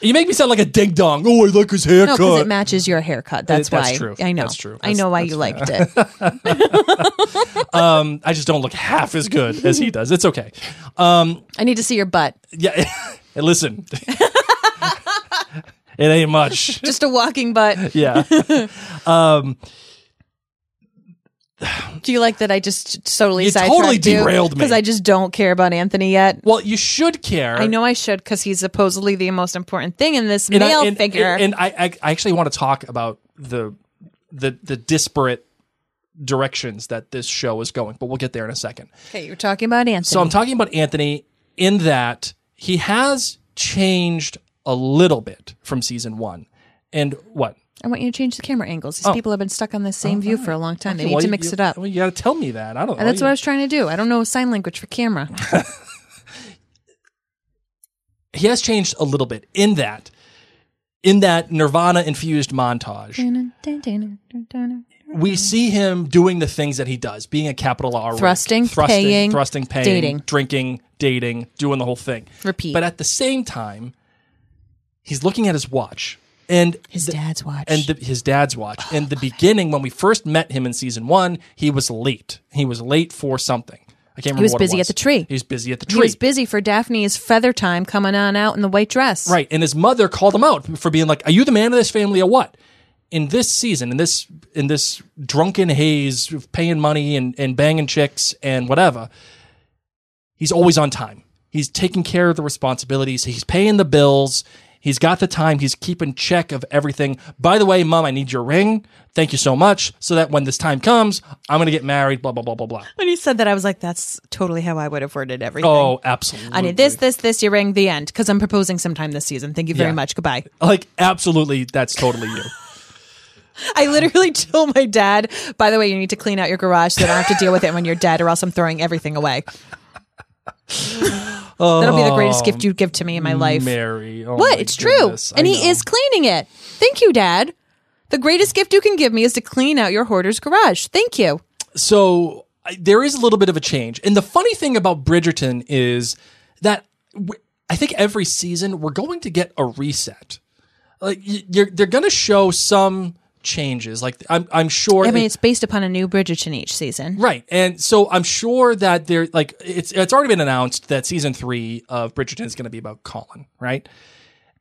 you make me sound like a ding dong. Oh, I like his haircut.
No, because it matches your haircut. That's why.
that's true.
I know.
That's true.
I know
That's-
why
that's
you
fair.
liked it.
um, I just don't look half as good as he does. It's okay. Um,
I need to see your butt.
yeah, and listen, it ain't much.
Just a walking butt.
Yeah,
Do you like that I just totally
You
sidetracked
totally derailed me.
because I just don't care about Anthony yet.
well, you should care.
I know I should because he's supposedly the most important thing in this
and I-
male
and-
figure.
And, and I, I, I actually want to talk about the the the disparate directions that this show is going, but we'll get there in a second.
okay, you're talking about Anthony.
So I'm talking about Anthony in that he has changed a little bit from season one, and what?
I want you to change the camera angles. These people have been stuck on the same view for a long time. They
Oh. Okay,
need
well,
to
you-
mix
you-
it up.
Well, you got to tell me that. I don't know.
And that's
You-
what I was trying to do. I don't know sign language for camera.
he has changed a little bit in that in that nirvana infused montage we see him doing the things that he does being a capital r word.
Thrusting,
thrusting
paying,
thrusting paying
dating.
drinking dating doing the whole thing
Repeat.
but at the same time he's looking at his watch and
His dad's watch.
and the, his dad's watch. in the beginning, when we first met him in season one, he was late. He was late for something. I can't remember.
was
what it
busy at the tree.
He was busy at the tree.
he was busy for Daphne's feather time coming on out in the white dress.
Right. And his mother called him out for being like, Are you the man of this family or what? In this season, in this in this drunken haze of paying money and, and banging chicks and whatever, he's always on time. He's taking care of the responsibilities, he's paying the bills, he's got the time, he's keeping check of everything. By the way, mom, I need your ring. Thank you so much. So that when this time comes, I'm gonna get married, blah, blah, blah, blah, blah.
When you said that, I was like, that's totally how I would have worded everything.
Oh, absolutely.
I need this, this, this. You ring the end because I'm proposing sometime this season. Thank you very
Yeah.
much. Goodbye.
Like, absolutely, that's totally you.
I literally told my dad, by the way, you need to clean out your garage so that I don't have to deal with it when you're dead, or else I'm throwing everything away. That'll be the greatest gift you give to me in my life.
Mary. Oh
what?
my
It's
goodness,
true.
I
And
know.
he is cleaning it. Thank you, Dad. The greatest gift you can give me is to clean out your hoarder's garage. Thank you.
so I, there is a little bit of a change. And the funny thing about Bridgerton is that w- I think every season we're going to get a reset. Like y- you're, they're going to show some changes. Like I'm, I'm sure.
I mean,
it-
it's based upon a new Bridgerton each season.
Right, and so I'm sure that there, like, it's it's already been announced that season three of Bridgerton is going to be about Colin, right?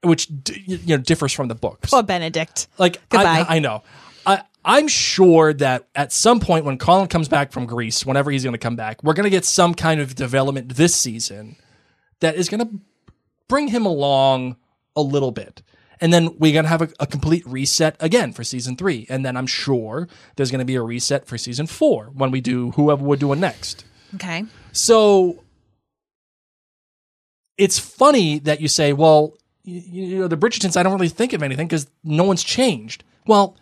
Which d- you know differs from the books.
Poor Benedict.
Like,
Goodbye.
I, I know. I I'm sure that at some point when Colin comes back from Greece, whenever he's going to come back, we're going to get some kind of development this season that is going to bring him along a little bit. And then we're going to have a, a complete reset again for season three. And then I'm sure there's going to be a reset for season four when we do whoever we're doing next.
Okay.
So it's funny that you say, well, you, you know, the Bridgertons, I don't really think of anything because no one's changed. Well,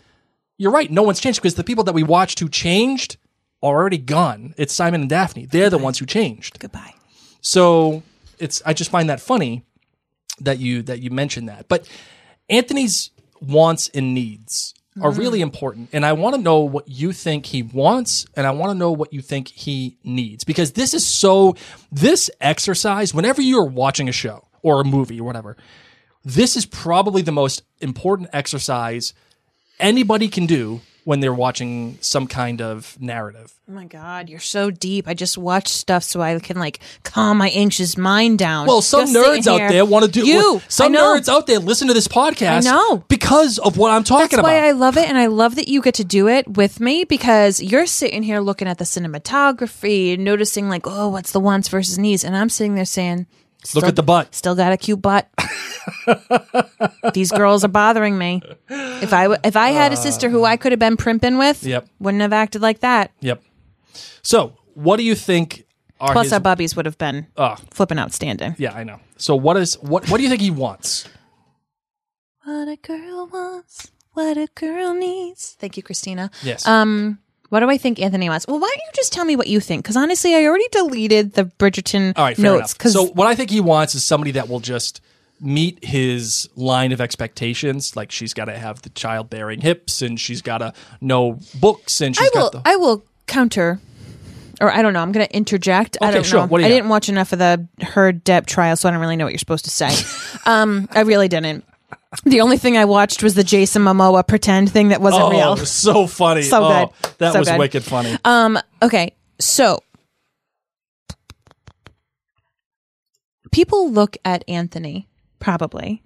you're right. No one's changed because the people that we watched who changed are already gone. It's Simon and Daphne. They're the ones who changed.
Goodbye.
So it's I just find that funny that you that you mentioned that. But Anthony's wants and needs are really important. And I want to know what you think he wants and I want to know what you think he needs. Because this is so this exercise, whenever you're watching a show or a movie or whatever, this is probably the most important exercise anybody can do when they're watching some kind of narrative.
Oh my God, you're so deep. I just watch stuff so I can like calm my anxious mind down.
Well, some
Just sitting
nerds out
here-
there want to do.
you.
some
I know.
nerds out there listen to this podcast.
I know.
because of what I'm talking
That's
about.
why I love it, and I love that you get to do it with me because you're sitting here looking at the cinematography and noticing like, oh, what's the wants versus needs, and I'm sitting there saying,
Look at the butt.
still got a cute butt. These girls are bothering me. If I w- if I had a sister who I could have been primping with,
Yep.
wouldn't have acted like that.
Yep. So, what do you think? Are
Plus,
his,
our bubbies would have been
Ah.
flipping outstanding.
yeah, I know. So, what is what? What do you think he wants?
What a girl wants, what a girl needs. Thank you, Christina.
Yes.
Um, what do I think Anthony wants? Well, why don't you just tell me what you think? Because honestly, I already deleted the Bridgerton
All right, fair
notes.
enough. So, what I think he wants is somebody that will just meet his line of expectations. Like she's got to have the childbearing hips, and she's got to know books, and she's
I will.
got the.
I will counter, or I don't know. I'm going to interject. I
Okay,
don't
sure.
know.
What do you
I
got?
didn't watch enough of the herd dep trial, so I don't really know what you're supposed to say. um, I really didn't. The only thing I watched was the Jason Momoa pretend thing that wasn't
Oh,
real.
so funny!
So
oh,
good.
That
So
was
good.
wicked funny.
Um, okay, so people look at Anthony probably.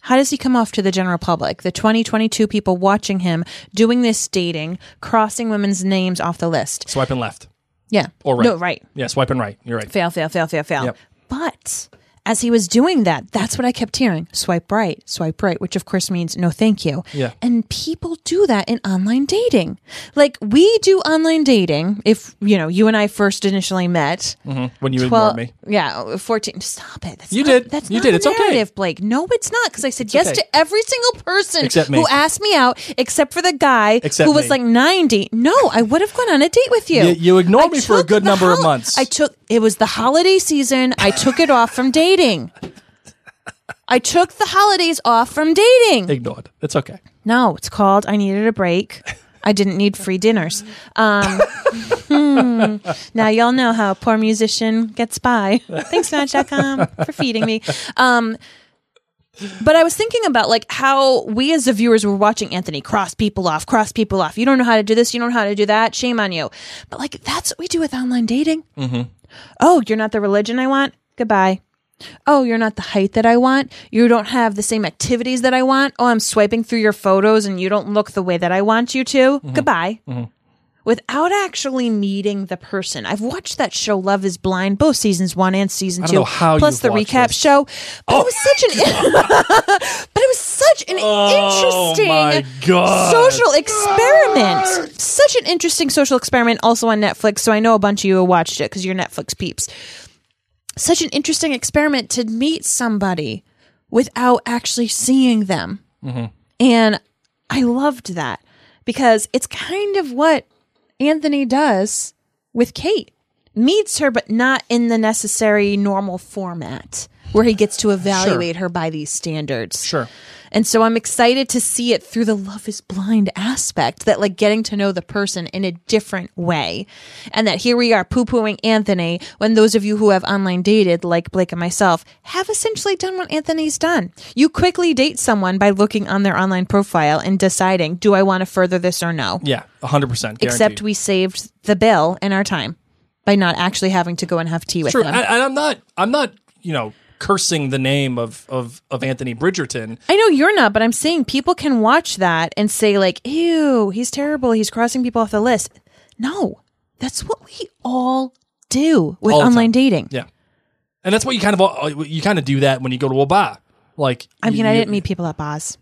How does he come off to the general public? The 2022 people watching him doing this dating, crossing women's names off the list.
Swipe and left
Yeah.
or right?
No, right.
Yeah, swipe and right. You're right.
Fail, fail, fail, fail, fail.
Yep.
But as he was doing that, that's what I kept hearing. Swipe right, swipe right, which of course means no thank you.
Yeah.
And people do that in online dating. Like we do online dating if, you know, you and I first initially met.
when you
Well,
ignored me.
yeah, 14. Stop it. That's
You
not-
did.
That's
You
not
did.
the
It's okay.
narrative, Blake. No, it's not. Because I said yes
okay.
to every single person
Except me.
who asked me out, except for the guy
Except
who was
me.
like 90. No, I would have gone on a date with you.
You- you ignored me for a
took
good
the
number of months.
I took, it was the holiday season. I took it off from dating. I took the holidays off from dating.
Ignored. It's okay.
No, it's called I Needed a Break. I didn't need free dinners. Um, hmm. now, y'all know how a poor musician gets by. Thanks, Match.com, for feeding me. Um, but I was thinking about like how we as the viewers were watching Anthony cross people off, cross people off. You don't know how to do this. You don't know how to do that. Shame on you. But like that's what we do with online dating. Mm-hmm. Oh, you're not the religion I want. Goodbye. Oh, you're not the height that I want. You don't have the same activities that I want. Oh, I'm swiping through your photos and you don't look the way that I want you to.
Mm-hmm.
Goodbye. Without actually meeting the person. I've watched that show Love is Blind, both seasons one and season
I don't
two.
know how
plus
you've
the
watched
recap
this.
show. But it was such an but it was such an
Oh,
interesting
my God.
social experiment. Such an interesting social experiment, also on Netflix. So I know a bunch of you watched it because you're Netflix peeps. Such an interesting experiment to meet somebody without actually seeing them.
Mm-hmm.
And I loved that because it's kind of what Anthony does with Kate. Meets her, but not in the necessary normal format where he gets to evaluate her by these standards.
Sure.
And so I'm excited to see it through the love is blind aspect that like getting to know the person in a different way. And that here we are poo pooing Anthony when those of you who have online dated, like Blake and myself, have essentially done what Anthony's done. You quickly date someone by looking on their online profile and deciding, do I want to further this or no?
Yeah, 100%.
Except we saved the bill and our time by not actually having to go and have tea with
True.
them.
I, and I'm not, I'm not, you know, cursing the name of of of Anthony Bridgerton.
I know you're not, but I'm saying people can watch that and say like, "Ew, he's terrible. He's crossing people off the list." No, that's what we all do with
All the
online
time.
dating.
Yeah, and that's what you kind of uh, you kind of do that when you go to a bar. Like,
I mean,
you-
I didn't meet people at bars.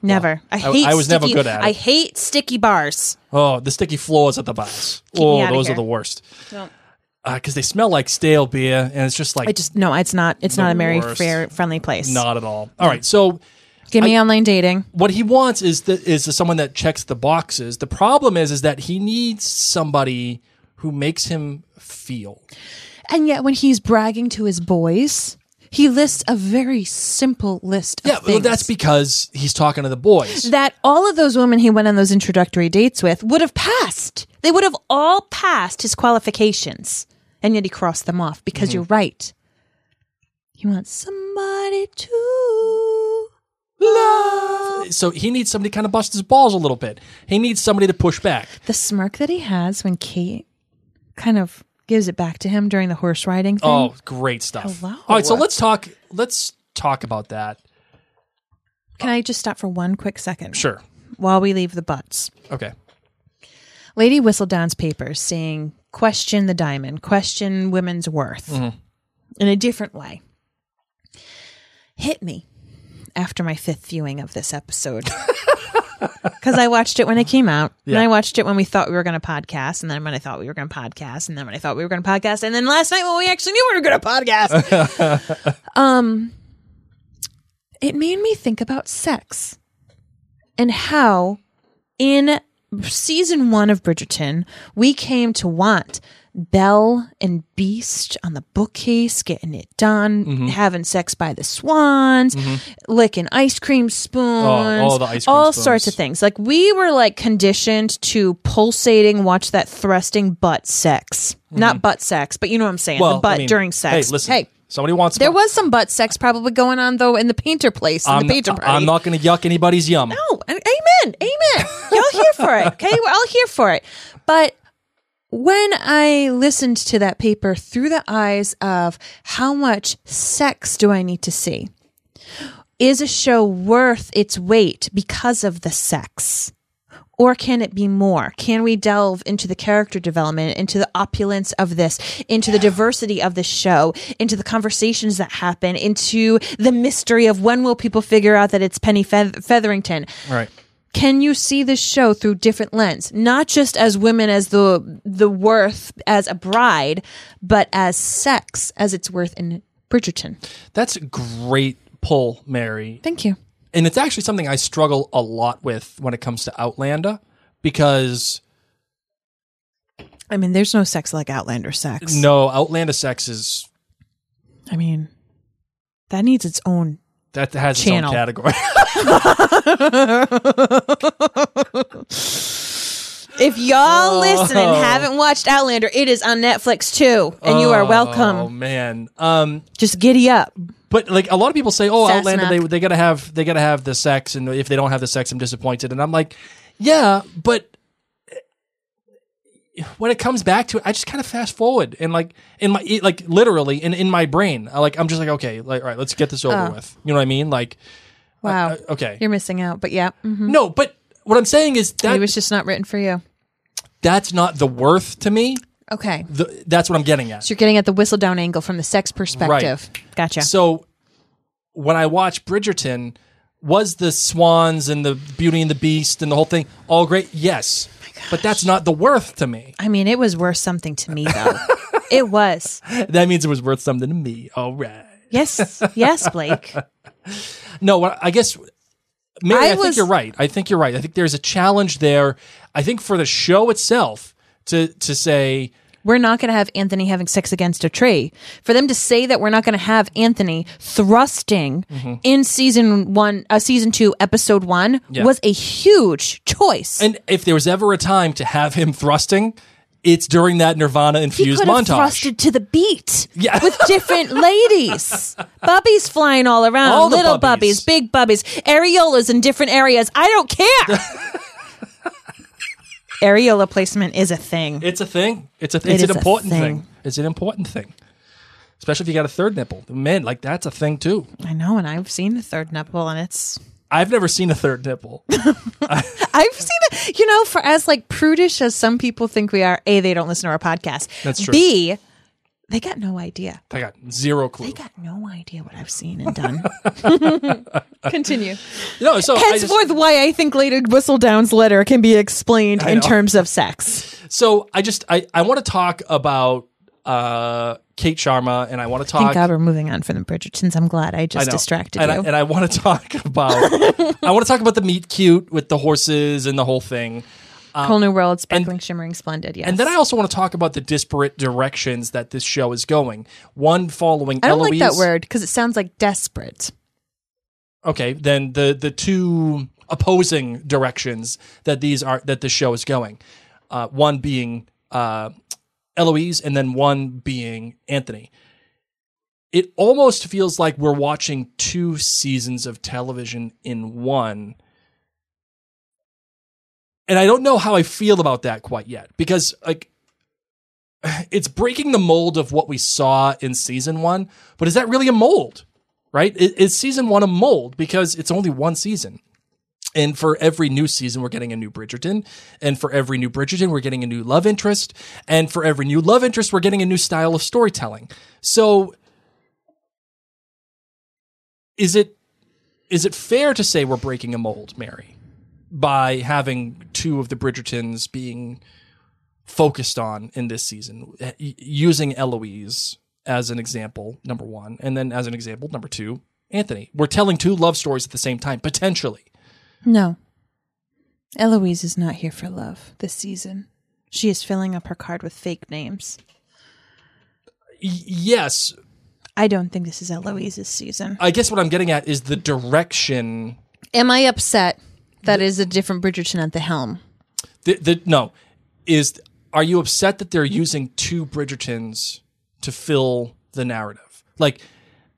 never. I
I-
hate.
I was never
sticky-
good at it.
I hate sticky bars.
Oh, the sticky floors at the bars.
me
Oh,
outta
those
here.
are the worst. Because they smell like stale beer, and it's just like
I just no. It's not. It's not a very
worst.
fair, friendly place.
not at all. All right, so
Give me online dating.
what he wants is that is someone that checks the boxes. The problem is is that he needs somebody who makes him feel.
And yet, when he's bragging to his boys, he lists a very simple list. Of
Yeah, well,
things.
that's because he's talking to the boys.
that all of those women he went on those introductory dates with would have passed. They would have all passed his qualifications. And yet he crossed them off because
Mm-hmm.
you're right. He wants somebody to love.
so he needs somebody to kind of bust his balls a little bit. He needs somebody to push back.
The smirk that he has when Kate kind of gives it back to him during the horse riding thing.
Oh, great stuff.
Hello.
All right, so let's talk let's talk about that.
Can I just stop for one quick second
Sure.
while we leave the butts?
Okay.
Lady Whistledown's papers saying, question the diamond, question women's worth in a different way. Hit me after my fifth viewing of this episode. Because I watched it when it came out. And
Yeah.
I watched it when we thought we were going to podcast. And then when I thought we were going to podcast. And then when I thought we were going to podcast. And then last night when we actually knew we were going to podcast. um, it made me think about sex and how in season one of Bridgerton, we came to want Belle and Beast on the bookcase, getting it done,
Mm-hmm.
having sex by the swans, licking ice cream spoons,
Oh, all the ice cream
all
spoons.
sorts of things. Like we were like conditioned to pulsating, watch that thrusting butt sex, not butt sex, but you know what I'm saying, the butt
Mm-hmm. I mean,
during sex.
Hey, listen. Hey. Somebody wants
There was some butt sex probably going on though in the painter place in
I'm,
the painter
I'm
party.
not going to yuck anybody's yum.
No, Oh, and amen, amen. Y'all here for it, okay? We're all here for it. But when I listened to that paper through the eyes of how much sex do I need to see? Is a show worth its weight because of the sex? Or can it be more? Can we delve into the character development, into the opulence of this, into the diversity of the show, into the conversations that happen, into the mystery of when will people figure out that it's Penny Fe- Featherington?
Right.
Can you see this show through different lens, not just as women as the the worth as a bride, but as sex as its worth in Bridgerton?
That's a great pull, Mary.
Thank you.
and it's actually something I struggle a lot with when it comes to Outlander because
I mean, there's no sex like Outlander sex.
no, Outlander sex is
I mean, that needs its own
that has its
Channel. Uh-huh.
own category.
If y'all listening haven't watched Outlander, it is on Netflix too, and you are
oh
welcome.
man, um,
Just giddy up.
but like a lot of people say, oh,
Fast
Outlander, they they gotta have they gotta have the sex, and if they don't have the sex, I'm disappointed. And I'm like, yeah, but eh, when it comes back to it, I just kind of fast forward and like in my it- like literally in in my brain, I like I'm just like okay, like all right, let's get this over with. You know what I mean? Like
Uh. Wow,
uh, okay,
you're missing out. But yeah, mhm.
no, but. What I'm saying is that
it was just not written for you.
that's not the worth to me.
Okay,
The, that's what I'm getting at.
so you're getting at the whistle down angle from the sex perspective. Gotcha.
So when I watch Bridgerton, was the swans and the Beauty and the Beast and the whole thing all great? Yes, but that's not the worth to me.
I mean, it was worth something to me though. it was.
That means it was worth something to me. All right.
Yes, yes, Blake.
No, what- I guess. Maybe
I
I, think
was-
you're right. I think you're right. I think there's a challenge there. I think for the show itself to to say
We're not going to have Anthony having sex against a tree. For them to say that we're not going to have Anthony thrusting
Mm-hmm.
in season one, uh, season two, episode one
Yeah.
was a huge choice.
And if there was ever a time to have him thrusting, it's during that Nirvana
he
infused
could have
montage.
thrusted to the beat
Yeah.
with different ladies. Bubbies flying all around,
All the
little bubbies.
bubbies.
big bubbies, areolas in different areas. I don't care. Areola placement is a thing.
it's a thing. It's a th- it's
It
an
is a
important
thing.
thing. It's an important thing. especially if you got a third nipple. Men, like that's a thing too.
I know, and I've seen the third nipple, and it's
I've never seen a third nipple.
I've seen it. You know, for as like prudish as some people think we are, a they don't listen to our podcast.
That's true.
B they got no idea.
I got zero clue.
They got no idea what I've seen and done. Continue.
no, so I just,
Henceforth, why I think Lady Whistledown's letter can be explained in
know.
terms of sex.
so I just I I want to talk about uh Kate Sharma and I want to talk
Thank God we're moving on from the Bridgertons. I'm glad I
I
just
know.
distracted
and I,
you.
and I want to talk about I want to talk about the meet cute with the horses and the whole thing.
Whole New World, sparkling, shimmering, splendid. Yes.
um, And then I also want to talk about the disparate directions that this show is going. One following
I don't
Eloise.
like that word because it sounds like desperate.
Okay, then the the two opposing directions that these are that this show is going. Uh, one being uh, Eloise, and then one being Anthony. It almost feels like we're watching two seasons of television in one. And I don't know how I feel about that quite yet because like it's breaking the mold of what we saw in season 1, but is that really a mold? Right? I- Is season 1 a mold because it's only one season? And for every new season, we're getting a new Bridgerton. And for every new Bridgerton, we're getting a new love interest. And for every new love interest, we're getting a new style of storytelling. So is it is it fair to say we're breaking a mold, Mary, by having two of the Bridgertons being focused on in this season, eh, y- using Eloise as an example, number one, and then as an example, number two, Anthony. We're telling two love stories at the same time, potentially.
No. Eloise is not here for love this season. She is filling up her card with fake names.
Y- yes,
I don't think this is Eloise's season.
I guess what I'm getting at is the direction.
Am I upset that is a different Bridgerton at the helm?
The, the no is are you upset that they're using two Bridgertons to fill the narrative? Like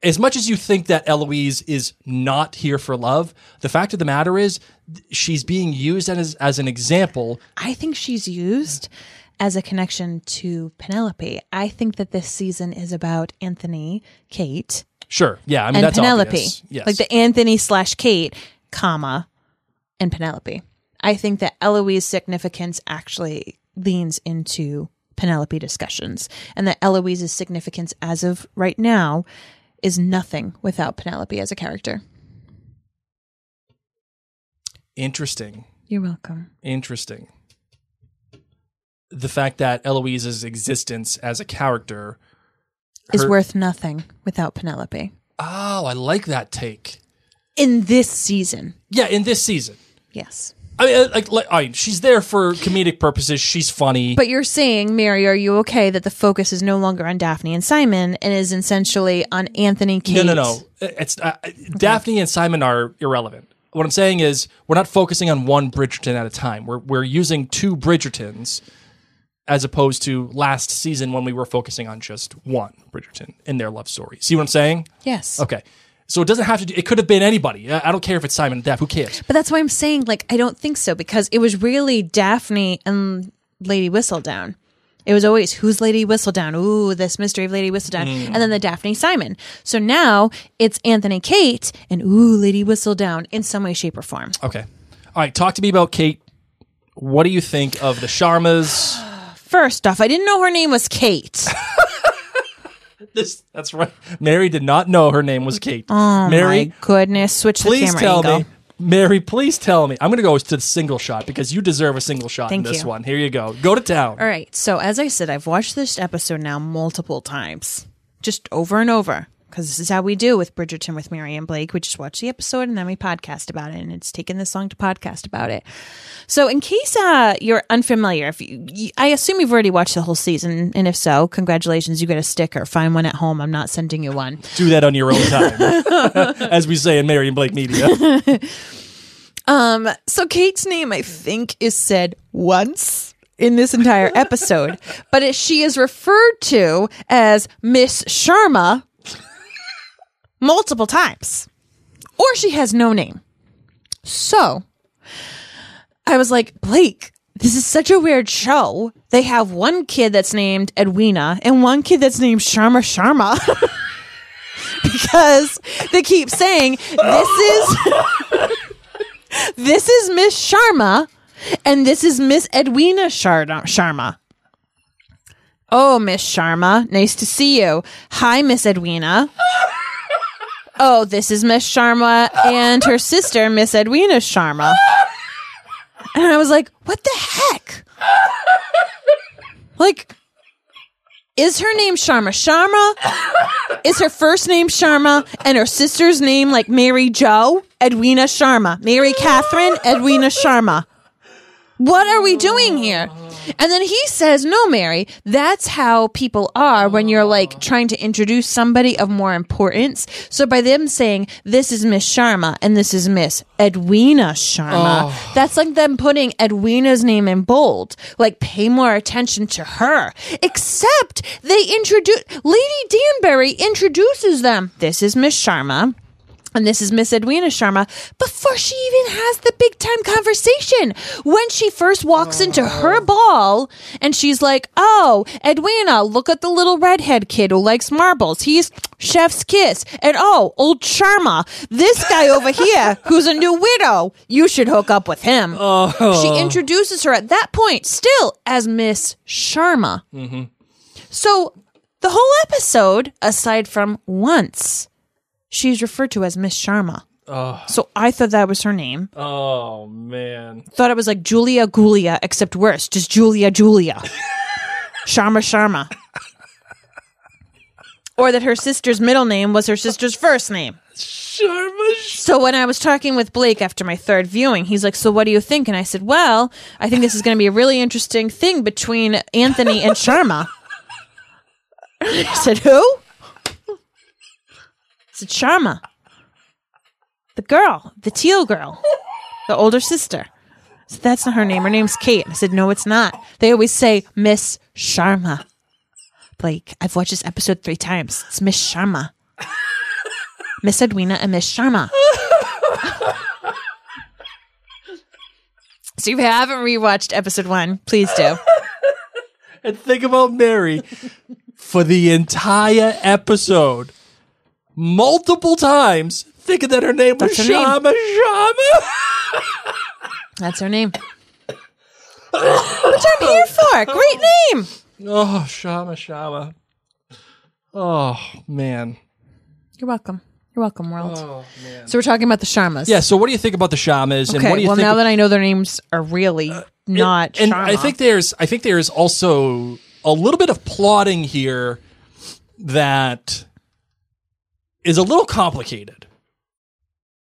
as much as you think that Eloise is not here for love, the fact of the matter is th- she's being used as as an example.
I think she's used as a connection to Penelope. I think that this season is about Anthony, Kate,
Sure, yeah, I
and
mean Mm, that's
Penelope.
obvious. Yes,
Like the Anthony slash Kate, comma, and Penelope. I think that Eloise's significance actually leans into Penelope discussions, and that Eloise's significance as of right now is nothing without Penelope as a character.
interesting,
You're welcome.
interesting. The fact that Eloise's existence as a character
Is
Her-
worth nothing without Penelope
Oh, I like that take.
in this season.
Yeah, in this season.
Yes.
I mean, uh, like, like I mean, she's there for comedic purposes. She's funny.
But you're saying, Mary, are you okay that the focus is no longer on Daphne and Simon and is essentially on Anthony, Kate?
no, no, no. It's uh, Daphne and Simon are irrelevant. What I'm saying is, we're not focusing on one Bridgerton at a time. We're we're using two Bridgertons, as opposed to last season when we were focusing on just one Bridgerton in their love story. See what I'm saying?
Yes.
Okay. So it doesn't have to. Do, it could have been anybody. I I don't care if it's Simon and Daph. Who cares?
But that's why I'm saying, like, I don't think so because it was really Daphne and Lady Whistledown. It was always who's Lady Whistledown? Ooh, this mystery of Lady Whistledown,
Mm.
and then the Daphne Simon. So now it's Anthony Kate and ooh, Lady Whistledown in some way, shape, or form.
Okay. All right. Talk to me about Kate. What do you think of the Sharmas?
First off, I didn't know her name was Kate.
This, that's right. Mary did not know her name was Kate. Oh Mary,
My goodness, switch the
please
camera
tell
angle.
me. Mary, please tell me. I'm going to go to the single shot because you deserve a single shot
Thank
in this
you. Er
one. Here you go. Go to town.
All right. So, as I said, I've watched this episode now multiple times, just over and over, because this is how we do with Bridgerton with Mary and Blake. We just watch the episode and then we podcast about it. And it's taken this long to podcast about it. So, in case uh, you're unfamiliar, if you, you, I assume you've already watched the whole season. And if so, congratulations, you get a sticker. Find one at home. I'm not sending you one.
Do that on your own time, as we say in Mary and Blake Media.
Um, so Kate's name, I think, is said once in this entire episode, but it, she is referred to as Miss Sharma multiple times, or she has no name. So I was like, Blake, This is such a weird show. They have one kid that's named Edwina and one kid that's named Sharma Sharma. because they keep saying, this is this is Miss Sharma and this is Miss Edwina Shard- Sharma. Oh, Miss Sharma, nice to see you. Hi, Miss Edwina. Oh, this is Miss Sharma and her sister, Miss Edwina Sharma. And I was like, what the heck? Like, is her name Sharma Sharma? Is her first name Sharma and her sister's name like Mary Jo? Edwina Sharma. Mary Catherine, Edwina Sharma. What are we doing here? And then he says, No, Mary, that's how people are when you're like trying to introduce somebody of more importance. So by them saying, This is Miss Sharma and this is Miss Edwina Sharma, that's like them putting Edwina's name in bold. Like, pay more attention to her. Except they introduce, Lady Danbury introduces them. This is Miss Sharma. And this is Miss Edwina Sharma before she even has the big time conversation. When she first walks into her ball and she's like, Oh, Edwina, look at the little redhead kid who likes marbles. He's chef's kiss. And oh, old Sharma, this guy over here who's a new widow, you should hook up with him. She introduces her at that point still as Miss Sharma. So the whole episode, aside from once, she's referred to as Miss Sharma. So I thought that was her name.
Oh man.
Thought it was like Julia Gulia, except worse, just Julia Julia. Sharma Sharma. Or that her sister's middle name was her sister's first name. So when I was talking with Blake after my third viewing, he's like, "So what do you think?" And I said, "Well, I think this is going to be a really interesting thing between Anthony and Sharma." I said, "Who?" I said, "Sharma, the girl, the teal girl, the older sister." So that's not her name. Her name's Kate. I said, "No, it's not." They always say Miss Sharma. Blake, I've watched this episode three times. It's Miss Sharma. Miss Edwina and Miss Sharma. so if you haven't rewatched episode one, please do.
And think about Mary for the entire episode, multiple times, thinking that her name was
That's her name.
Shama Shama.
That's her name. Which I'm here for. Great name.
Oh, Shama Shama. Oh man.
You're welcome. You're welcome, world. So we're talking about the Sharmas.
Yeah. So, what do you think about the Shamas?
Okay.
and what do you
well,
think Uh,
now that I know their names are really not
and
Sharma.
I think there's I think there's also a little bit of plotting here that is a little complicated.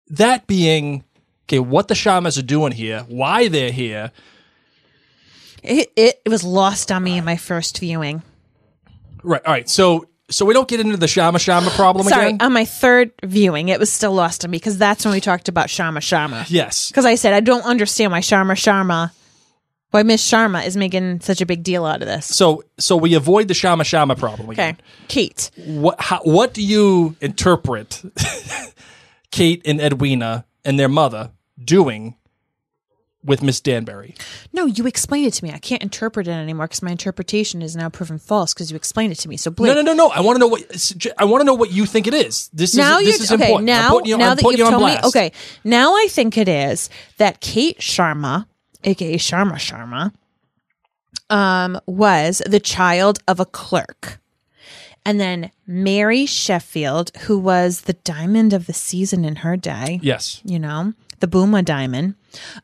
That being okay, what the shamans are doing here, why they're here.
it, it, it was lost on me in my first viewing.
Right. All right. So so we don't get into the shama shama problem
Sorry, uh,
again.
on my third viewing, it was still lost on me because that's when we talked about Sharma Sharma.
yes.
because I said I don't understand why Sharma Sharma, why Miss Sharma is making such a big deal out of this.
So so we avoid the shama shama problem
Okay,
again.
Kate.
What how, what do you interpret Kate and Edwina and their mother doing with Miss Danbury?
No, you explained it to me. I can't interpret it anymore because my interpretation is now proven false because you explained it to me. So Blake,
No, no, no, no. I want to know what I want to know what you think it is. This
now
is
you
this is
okay.
important. I'm
Now,
putting you-
now
I'm
that
putting
you've
you on
told me,
blast.
okay. Now I think it is that Kate Sharma, aka Sharma Sharma, um, was the child of a clerk. And then Mary Sheffield, who was the diamond of the season in her day.
Yes.
you know, the Booma Diamond.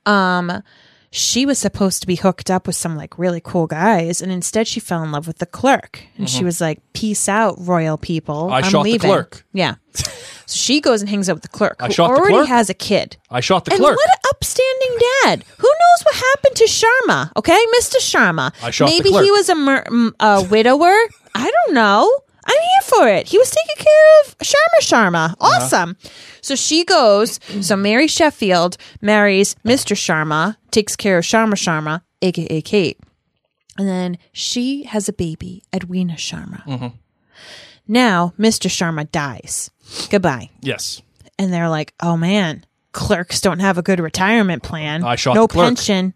Um, she was supposed to be hooked up with some like really cool guys, and instead she fell in love with the clerk. And she was like, "Peace out, royal people.
Mm-hmm. I
am
shot the
leaving."
clerk.
Yeah, so she goes and hangs out with the clerk,
I
who
shot the
already
clerk.
has a kid.
I shot the
and
clerk.
what an upstanding dad! Who knows what happened to Sharma? Okay, Mister Sharma.
I shot the
Maybe
clerk.
he was a, mur- m- a widower. I don't know. I'm here for it. He was taking care of Sharma Sharma.
Uh-huh.
Awesome. So she goes. So Mary Sheffield marries Mister Sharma, takes care of Sharma Sharma, aka Kate, and then she has a baby, Edwina Sharma.
Mm-hmm.
Now Mister Sharma dies. Goodbye
Yes.
and they're like, "Oh man, clerks don't have a good retirement plan.
I shot
no
the clerk."
pension."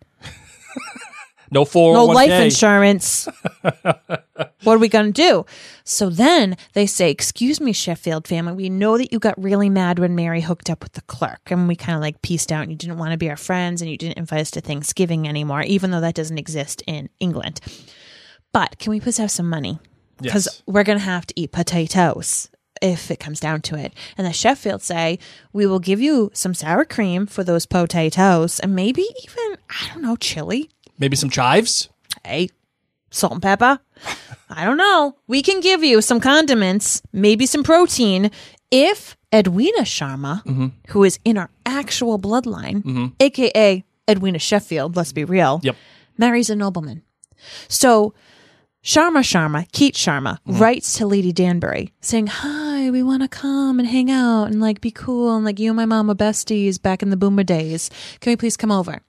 No four. oh
no life insurance. what are we going to do? So then they say, Excuse me, Sheffield family, we know that you got really mad when Mary hooked up with the clerk. And we kind of like pieced out and you didn't want to be our friends and you didn't invite us to Thanksgiving anymore, even though that doesn't exist in England. But can we please have some money? Because
Yes.
we're going to have to eat potatoes if it comes down to it. And the Sheffield say, We will give you some sour cream for those potatoes and maybe even, I don't know, chili
Maybe some chives.
hey, salt and pepper. I don't know. We can give you some condiments, maybe some protein, if Edwina Sharma, who is in our actual bloodline, aka Edwina Sheffield, let's be real,
Yep.
marries a nobleman. So Sharma Sharma, Keat Sharma,
Mm-hmm.
writes to Lady Danbury saying, Hi, we want to come and hang out and like be cool. And like you and my mom were besties back in the boomer days. Can we please come over?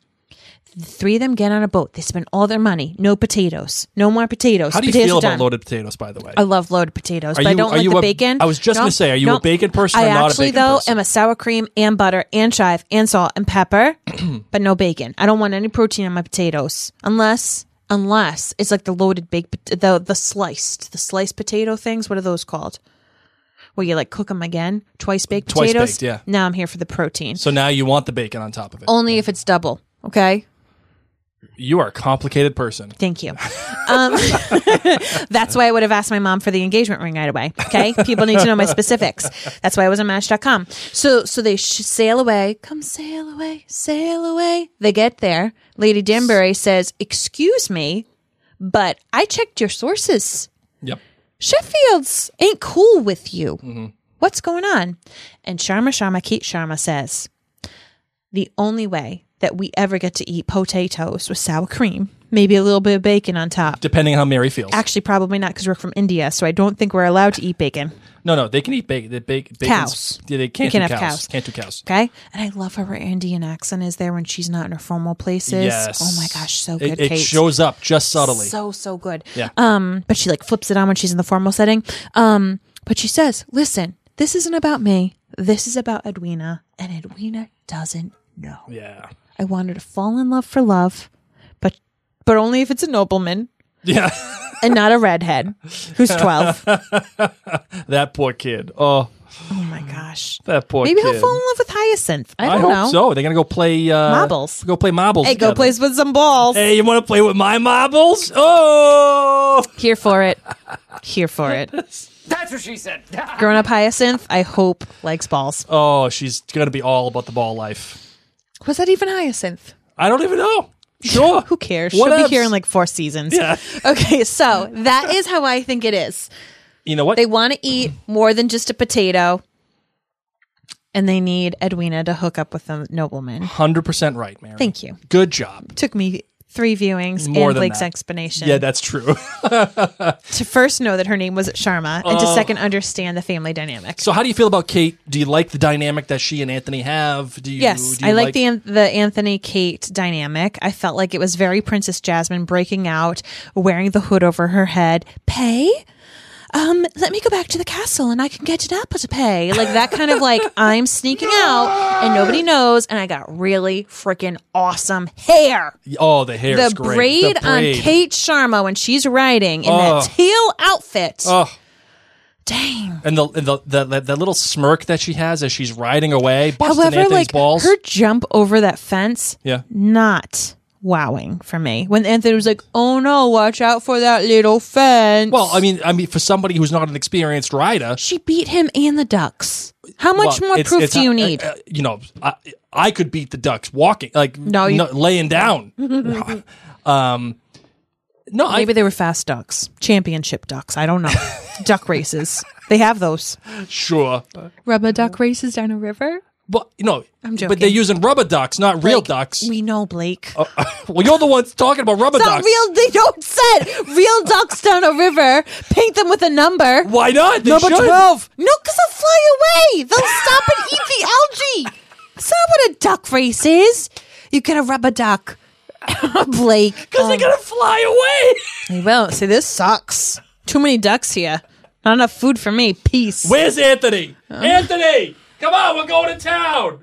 The three of them get on a boat. They spend all their money. No potatoes. No more potatoes.
How do you
potatoes
feel
are
about
done. Oh.
loaded potatoes? By the way,
I love loaded potatoes,
Are
but I
you-
don't
are
like
you
the
a-
bacon.
I was just gonna
No,
say, are you a
no.
bacon person
I
or not a
actually,
bacon
though,
person?
am a sour cream and butter and chive and salt and pepper, but no bacon. I don't want any protein on my potatoes unless unless it's like the loaded baked pot- the the sliced the sliced potato things. What are those called? Where you like cook them again, twice baked
Twice
potatoes.
baked, yeah.
Now I'm here for the protein.
so now you want the bacon on top of it.
Only if it's double. Okay.
You are a complicated person.
Thank you. Um, that's why I would have asked my mom for the engagement ring right away. Okay, people need to know my specifics. That's why I was on Match.com. So, so they sh- sail away. Come sail away, sail away. They get there. Lady Danbury says, "Excuse me, but I checked your sources.
Yep.
Sheffield's ain't cool with you.
Mm-hmm.
What's going on?" And Sharma Sharma Keat Sharma says, the only way that we ever get to eat potatoes with sour cream, maybe a little bit of bacon on top.
Depending on how Mary feels.
Actually, probably not because we're from India, so I don't think we're allowed to eat bacon.
no, no, they can eat bacon. They bake bacon's-
Cows.
Yeah, they can't,
You can't
do
have
cows.
cows.
Can't do cows.
Okay, and I love how her Indian accent is there when she's not in her formal places.
Yes.
Oh my gosh, so
It-
good.
It,
Kate.
shows up just subtly.
So so good.
Yeah.
Um, but she like flips it on when she's in the formal setting. Um, but she says, "Listen, this isn't about me. This is about Edwina, and Edwina doesn't know."
yeah.
I want her to fall in love for love, but but only if it's a nobleman
Yeah.
and not a redhead who's twelve. oh
that poor kid. Oh,
my gosh.
that poor
Maybe
kid.
he'll fall in love with Hyacinth. I
I,
don't
hope
know.
so. They're gonna go play uh,
Marbles.
Go play marbles.
Hey, go
together.
plays with some balls.
Hey, you want to play with my marbles? Oh,
Here for it. Here for it. That's what she said. Grown up Hyacinth, I hope likes balls.
oh, she's gonna be all about the ball life.
Was that even Hyacinth?
I don't even know. Sure,
Who cares?
What
She'll
else?
be here in like four seasons.
Yeah.
Okay, so that is how I think it is.
You know what?
They want to eat more than just a potato. And they need Edwina to hook up with a nobleman.
Hundred percent right, Mary.
Thank you.
Good job.
Took me three viewings
More
and
than
Blake's
that.
explanation
Yeah, that's true.
to first know that her name was Sharma and to
Oh.
second understand the family dynamic.
so, how do you feel about Kate? Do you like the dynamic that she and Anthony have? Do you?
yes,
do you
I like, the the Anthony Kate dynamic. I felt like it was very Princess Jasmine breaking out, wearing the hood over her head. Pay. Um, let me go back to the castle and I can get an apple to pay. Like that kind of like I'm sneaking out and nobody knows and I got really freaking awesome hair.
Oh, the hair.
the braid, on Kate Sharma when she's riding in that teal outfit.
Oh.
Dang.
And the and the, the, the the little smirk that she has as she's riding away, busting
However,
Anthony's
like
balls.
her jump over that fence,
Yeah.
not wowing for me. When Anthony was like, "Oh no, watch out for that little fence."
Well, I mean, I mean, for somebody who's not an experienced rider,
she beat him and the ducks. How much
well,
more
it's-
proof
it's
do
not-
you need?
uh, uh, you know, I, I could beat the ducks walking, like
No,
no,
you-
laying down. um, no, I,
Maybe they were fast ducks, championship ducks. I don't know. duck races. They have those.
sure,
Rubber duck races down a river?
but you know,
I'm
but they're
joking.
using rubber ducks, not real
Like,
ducks.
We know, Blake.
well, you're the ones talking about rubber
It's not
ducks.
real. They don't said real ducks down a river. Paint them with a number.
Why not? They
Number
should.
twelve. No, because they'll fly away. They'll stop and eat the algae. That's not what a duck race is. You get a rubber duck, Blake.
Because they're gonna fly away.
They will. See, this sucks. Too many ducks here. Not enough food for me. Peace.
Where's Anthony?
Uh-huh.
Anthony, come on, we're going to town.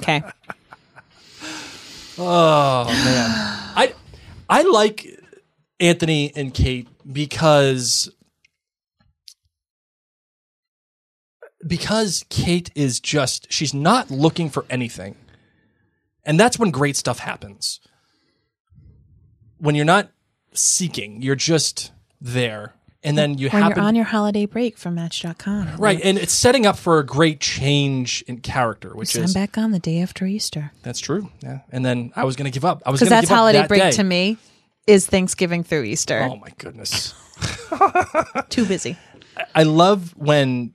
Okay.
I I like Anthony and Kate because because Kate is just she's not looking for anything. And that's when great stuff happens. When you're not seeking, you're just there. And then you
When
happen
you're on your holiday break from Match.com,
right, and it's setting up for a great change in character, which
I'm
is
back on the day after Easter
that's true. Yeah, and then I was going to give up. I was
because
going
that's
give up
holiday
that
break
day.
to me is Thanksgiving through Easter.
Oh my goodness.
Too busy.
I love when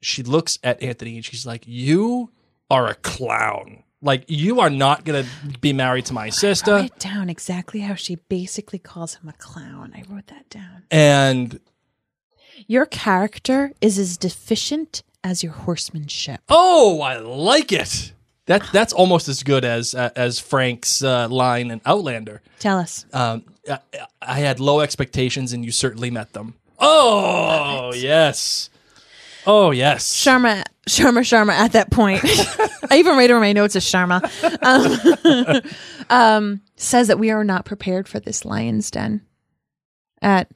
she looks at Anthony and she's like, "You are a clown. Like you are not gonna be married to my sister."
Write down exactly how she basically calls him a clown. I wrote that down.
And
Your character is as deficient as your horsemanship.
oh, I like it. That that's almost as good as uh, as Frank's uh, line in Outlander.
Tell us.
Um, I, I had low expectations, and you certainly met them. Oh yes, oh yes.
Sharma, Sharma, Sharma. At that point, I even wrote in my notes as Sharma. Um, um, says that we are not prepared for this lion's den. At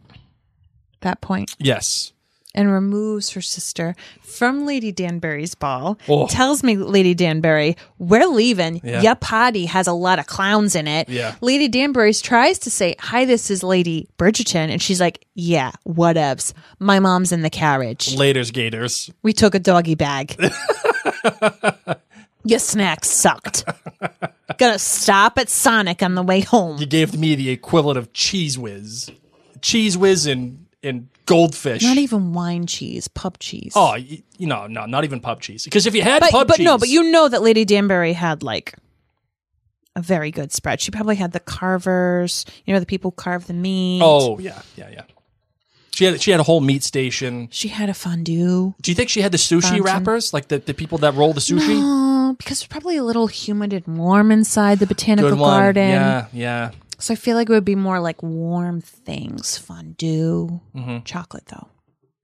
that point,
yes,
and removes her sister from Lady Danbury's ball.
Oh.
Tells me, Lady Danbury, we're leaving.
Yeah.
Your party has a lot of clowns in it.
Yeah.
Lady Danbury's tries to say, Hi, this is Lady Bridgerton. And she's like, Yeah, whatevs. My mom's in the carriage.
later's Gators.
We took a doggy bag. Your snack sucked. Gonna stop at Sonic on the way home.
you gave me the equivalent of cheese whiz, cheese whiz and and goldfish.
Not even wine cheese, pub cheese.
Oh, you, you know, no, not even pub cheese. Because if you had
but
pub
but
cheese,
no, but you know that Lady Danbury had like a very good spread. She probably had the carvers, you know, the people who carve the meat.
Oh yeah, yeah, yeah. She had she had a whole meat station.
she had a fondue.
Do you think she had the sushi wrappers, like the, the people that roll the sushi?
Oh, because it's probably a little humid and warm inside the botanical
Good one.
garden.
Yeah, yeah.
So I feel like it would be more like warm things, fondue, chocolate though,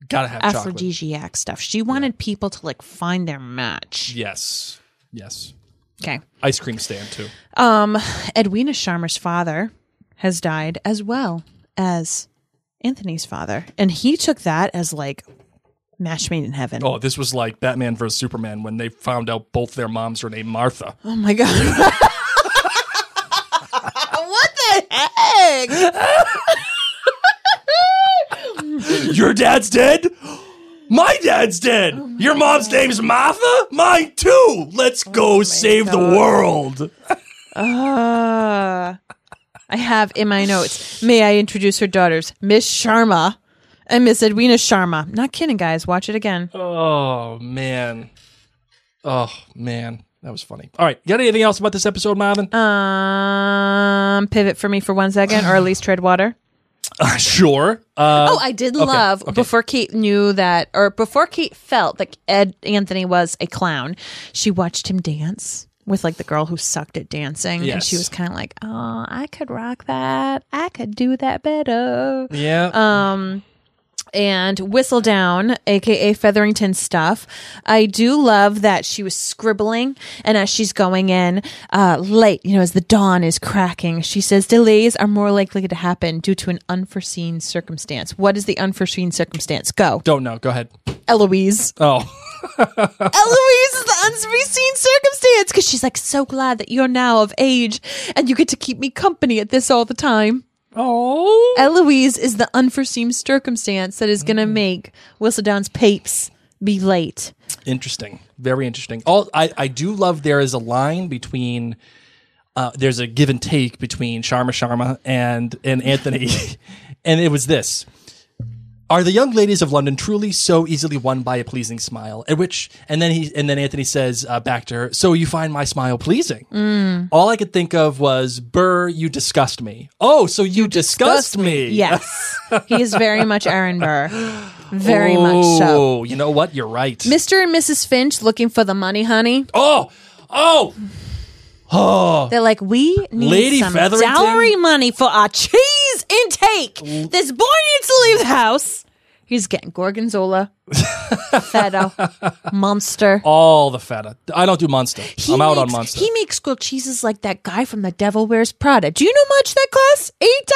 Gotta have Mm-hmm. chocolate.
aphrodisiac stuff. She wanted people to like find their match.
Yes, yes.
Okay.
Ice cream stand too.
Um, Edwina Sharmer's father has died as well as Anthony's father, and he took that as like match made in heaven.
Oh, this was like Batman versus Superman when they found out both their moms were named Martha.
Oh my god. what the heck?
Your dad's dead? Oh My Oh dad's dead. Your mom's name's Martha? Mine too. Let's go save the world.
Uh, I have in my notes. May I introduce her daughters, Miss Sharma and Miss Edwina Sharma? Not kidding, guys. Watch it again.
Oh, man. Oh, man. That was funny. All right. Got anything else about this episode, Marvin?
Um, pivot for me for one second, or at least tread water.
Uh, sure. Uh,
Oh, I did love before Kate knew that, or before Kate felt that Ed Anthony was a clown. She watched him dance with like the girl who sucked at dancing, and she
Yes.
was kind of like, "Oh, I could rock that. I could do that better."
yeah.
Um, and Whistle Down, aka Featherington stuff. I do love that she was scribbling, and as she's going in uh, late, you know, as the dawn is cracking, she says delays are more likely to happen due to an unforeseen circumstance. What is the unforeseen circumstance? Go,
Don't know. Go ahead.
Eloise.
Oh,
Eloise is the unforeseen circumstance because she's like so glad that you're now of age and you get to keep me company at this all the time.
oh,
Eloise is the unforeseen circumstance that is going
Mm-hmm.
to make Whistledown's papes be late.
interesting. Very interesting. All I, I do love. There is a line between. Uh, there's a give and take between Sharma Sharma and and Anthony, and it was this. Are the young ladies of London truly so easily won by a pleasing smile? At which, and then he, and then Anthony says uh, back to her, "So you find my smile pleasing?" All I could think of was, "Burr, you disgust me." Oh, so you, disgust, me?
Yes. he is very much Aaron Burr. Very much so.
Oh, you know what? You're right.
Mr. and Mrs. Finch looking for the money, honey.
oh, oh,
They're like, we need
Lady
some
Featherington?
dowry money for our cheese intake. This boy needs to leave the house. He's getting gorgonzola, feta, monster.
All the feta. I don't do Monster. I'm out on
makes-
Monster.
He makes grilled cheeses like that guy from The Devil Wears Prada. Do you know how much that costs? Eight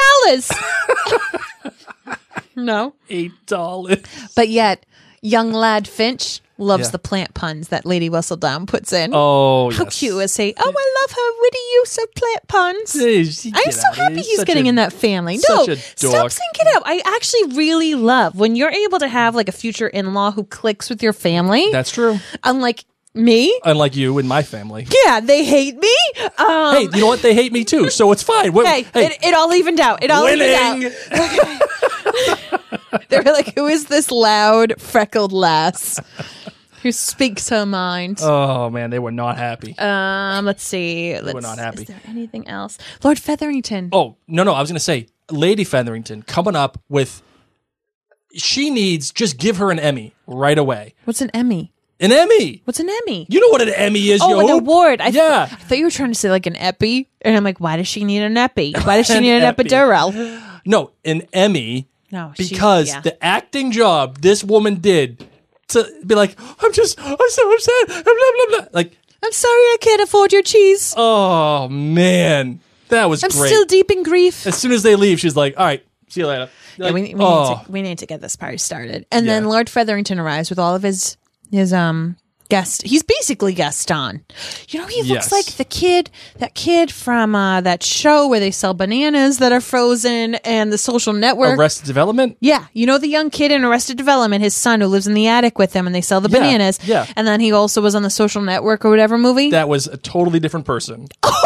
dollars. no,
Eight dollars.
but yet young lad Finch loves
Yeah.
the plant puns that Lady Whistledown puts in.
Oh,
How
yes.
cute is he? Oh, I love her witty use of plant puns.
Jeez, you
I'm
get
so
out of here.
happy he's
such
getting
a-
in that family. No,
such a
stop
dork.
syncing up. I actually really love when you're able to have like a future in law who clicks with your family.
That's true.
unlike me.
Unlike you and my family.
Yeah, they hate me. Um,
hey, you know what? They hate me too, so it's fine. We're-
hey, It, it all evened out. It all evened
winning.
out. They were like, "Who is this loud, freckled lass who speaks her mind?"
Oh man, they were not happy.
um, let's see. Let's,
not happy.
Is there anything else? Lord Featherington.
oh no, no, I was gonna say Lady Featherington coming up with. She needs just give her an Emmy right away.
What's an Emmy?
An Emmy.
What's an Emmy?
You know what an Emmy is?
Oh,
you
an
hope?
award. I th-
Yeah.
I thought you were trying to say like an epi, and I'm like, why does she need an epi? Why does she
An
need an
epi.
epidural?
No, an Emmy
No, she-
because
yeah.
the acting job this woman did to be like, I'm just, I'm so upset, blah, blah, blah. Like,
I'm sorry, I can't afford your cheese.
oh man, that was
I'm
great.
still deep in grief.
as soon as they leave, she's like, all right, see you later.
Yeah,
Like,
we, we,
oh,
need to, we need to get this party started. And then
Yeah.
Lord Featherington arrives with all of his his um guest. He's basically Gaston. You know, he looks
Yes.
like the kid that kid from uh, that show where they sell bananas that are frozen and the Social Network.
Arrested Development?
yeah, you know the young kid in Arrested Development, his son who lives in the attic with him, and they sell the
Yeah,
bananas.
yeah.
and then he also was on the Social Network or whatever movie.
That was a totally different person.
No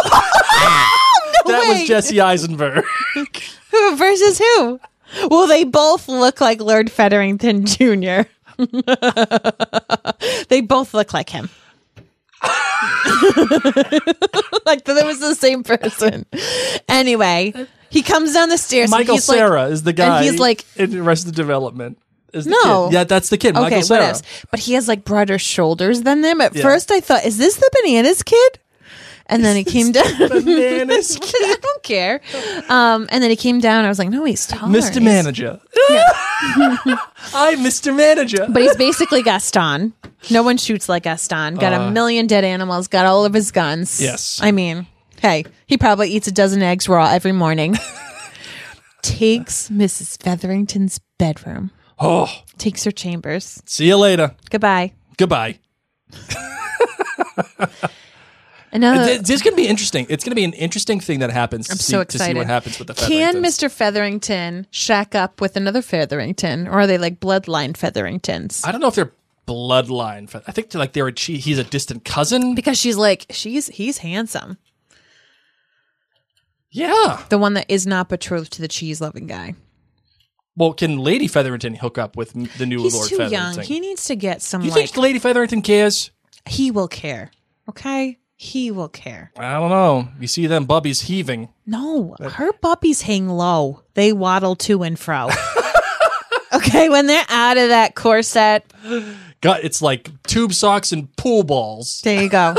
that
way.
was Jesse Eisenberg.
Who versus who? Well, they both look like Lord Featherington Jr. they both look like him. like that was the same person. Anyway, he comes down the stairs. and
Michael
he's like-
Sarah is the guy.
and he's like,
in Arrested Development. Is the
No.
Kid. Yeah, that's the kid,
okay,
Michael Sarah.
whatevs. But he has like broader shoulders than them. At
Yeah.
first, I thought, is this the bananas kid? And then he came down.
Bananas.
I don't care. Um, and then he came down. I was like, no, he's taller.
Mr.
He's-
Manager. I'm Mr. Manager.
But he's basically Gaston. No one shoots like Gaston. Got a million dead animals. Got all of his guns.
Uh. Yes.
I mean, hey, he probably eats a dozen eggs raw every morning. takes Mrs. Featherington's bedroom.
oh,
Takes her chambers.
see you later.
Goodbye.
Goodbye.
Another.
Th- this is going to be interesting. It's going to be an interesting thing that happens to,
Uh, I'm
see,
so
to
excited.
see what happens with the
Can
Featheringtons.
Mr. Featherington shack up with another Featherington, or are they like bloodline Featheringtons?
I don't know if they're bloodline. Fe- I think they're like they're a che- he's a distant cousin.
because she's like, she's he's handsome.
Yeah.
The one that is not betrothed to the cheese loving guy.
Well, can Lady Featherington hook up with m- the new
He's
Lord
too
Featherington?
young. He needs to get some
you
like
think Lady Featherington cares?
he will care. Okay? He will care.
I don't know. You see them bubbies heaving.
No, her puppies hang low. They waddle to and fro. okay, when they're out of that corset,
God, it's like tube socks and pool balls.
there you go.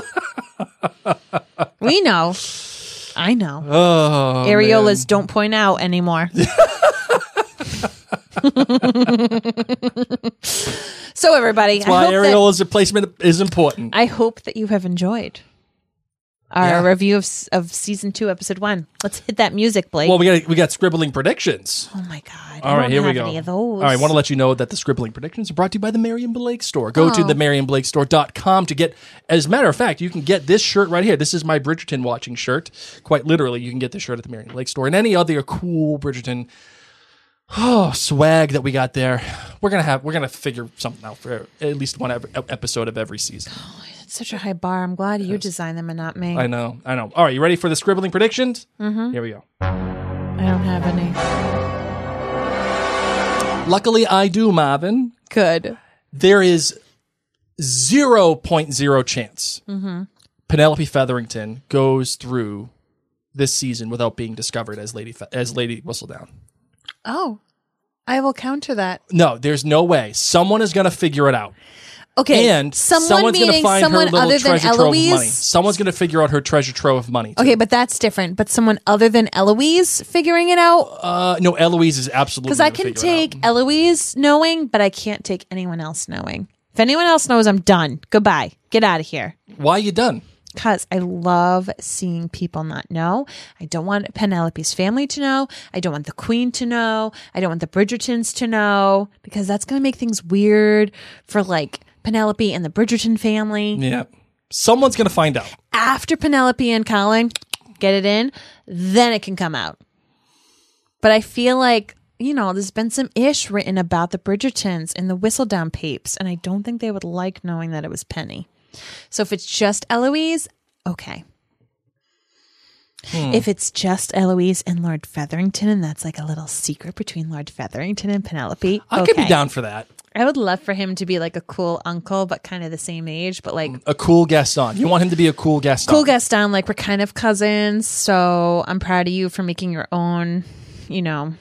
we know. I know.
Oh,
Areolas don't point out anymore. so everybody,
man.
I
why
hope that-
areola's replacement is important.
I hope that you have enjoyed our
Yeah.
review of, s- of season two, episode one. Let's hit that music, Blake.
well, we got we got scribbling predictions.
oh my god! I
All right,
don't
here we
have
go.
Any of those.
All right, I want to let you know that the scribbling predictions are brought to you by the Marion Blake store. Go
Oh.
to the marianblakestore.com to get as a matter of fact, you can get this shirt right here. This is my Bridgerton watching shirt. Quite literally, you can get this shirt at the Marion Blake store and any other cool Bridgerton oh, swag that we got there. We're going to have we're going to figure something out for at least one ev- episode of every season.
It's such a high bar. I'm glad you designed them and not me.
I
I,
know. I know. All right, you ready for the scribbling predictions? Mm-hmm. Here we go.
don't have any.
Luckily, I do, Marvin.
Good.
there is 0.0 chance
Mm-hmm.
Penelope Featherington goes through this season without being discovered as Lady Fe- as Lady Whistledown.
Oh, I will counter that.
No, there's no way. Someone is going to figure it out.
Okay,
and
someone
someone's going to
meaning
find
someone
her little
other than
treasure trove of money.
Eloise?
Someone's going to figure out her treasure trove of money. too.
Okay, but that's different. But someone other than Eloise figuring it out
Uh, no, Eloise is absolutely
because I
gonna
can
figure it out.
take Eloise knowing, but I can't take
Anyone else knowing? If anyone else knows, I'm done. Goodbye. Get out of here.
Why you done?
Because I love seeing people not know. I don't want Penelope's family to know. I don't want the Queen to know. I don't want the Bridgertons to know because that's going to make things weird for like Penelope and the Bridgerton family.
Yeah, someone's going to find out.
After Penelope and Colin get it in, then it can come out. But I feel like, you know, there's been some ish written about the Bridgertons in the Whistledown Papes, and I don't think they would like knowing that it was Penny. So if it's just Eloise, okay.
Hmm.
If it's just Eloise and Lord Featherington, and that's like a little secret between Lord Featherington and Penelope,
I could be
okay.
down for that.
I would love for him to be like a cool uncle, but kind of the same age, but like
A cool Gaston. You want him to be a cool Gaston.
cool Gaston, like we're kind of cousins, so I'm proud of you for making your own, you know,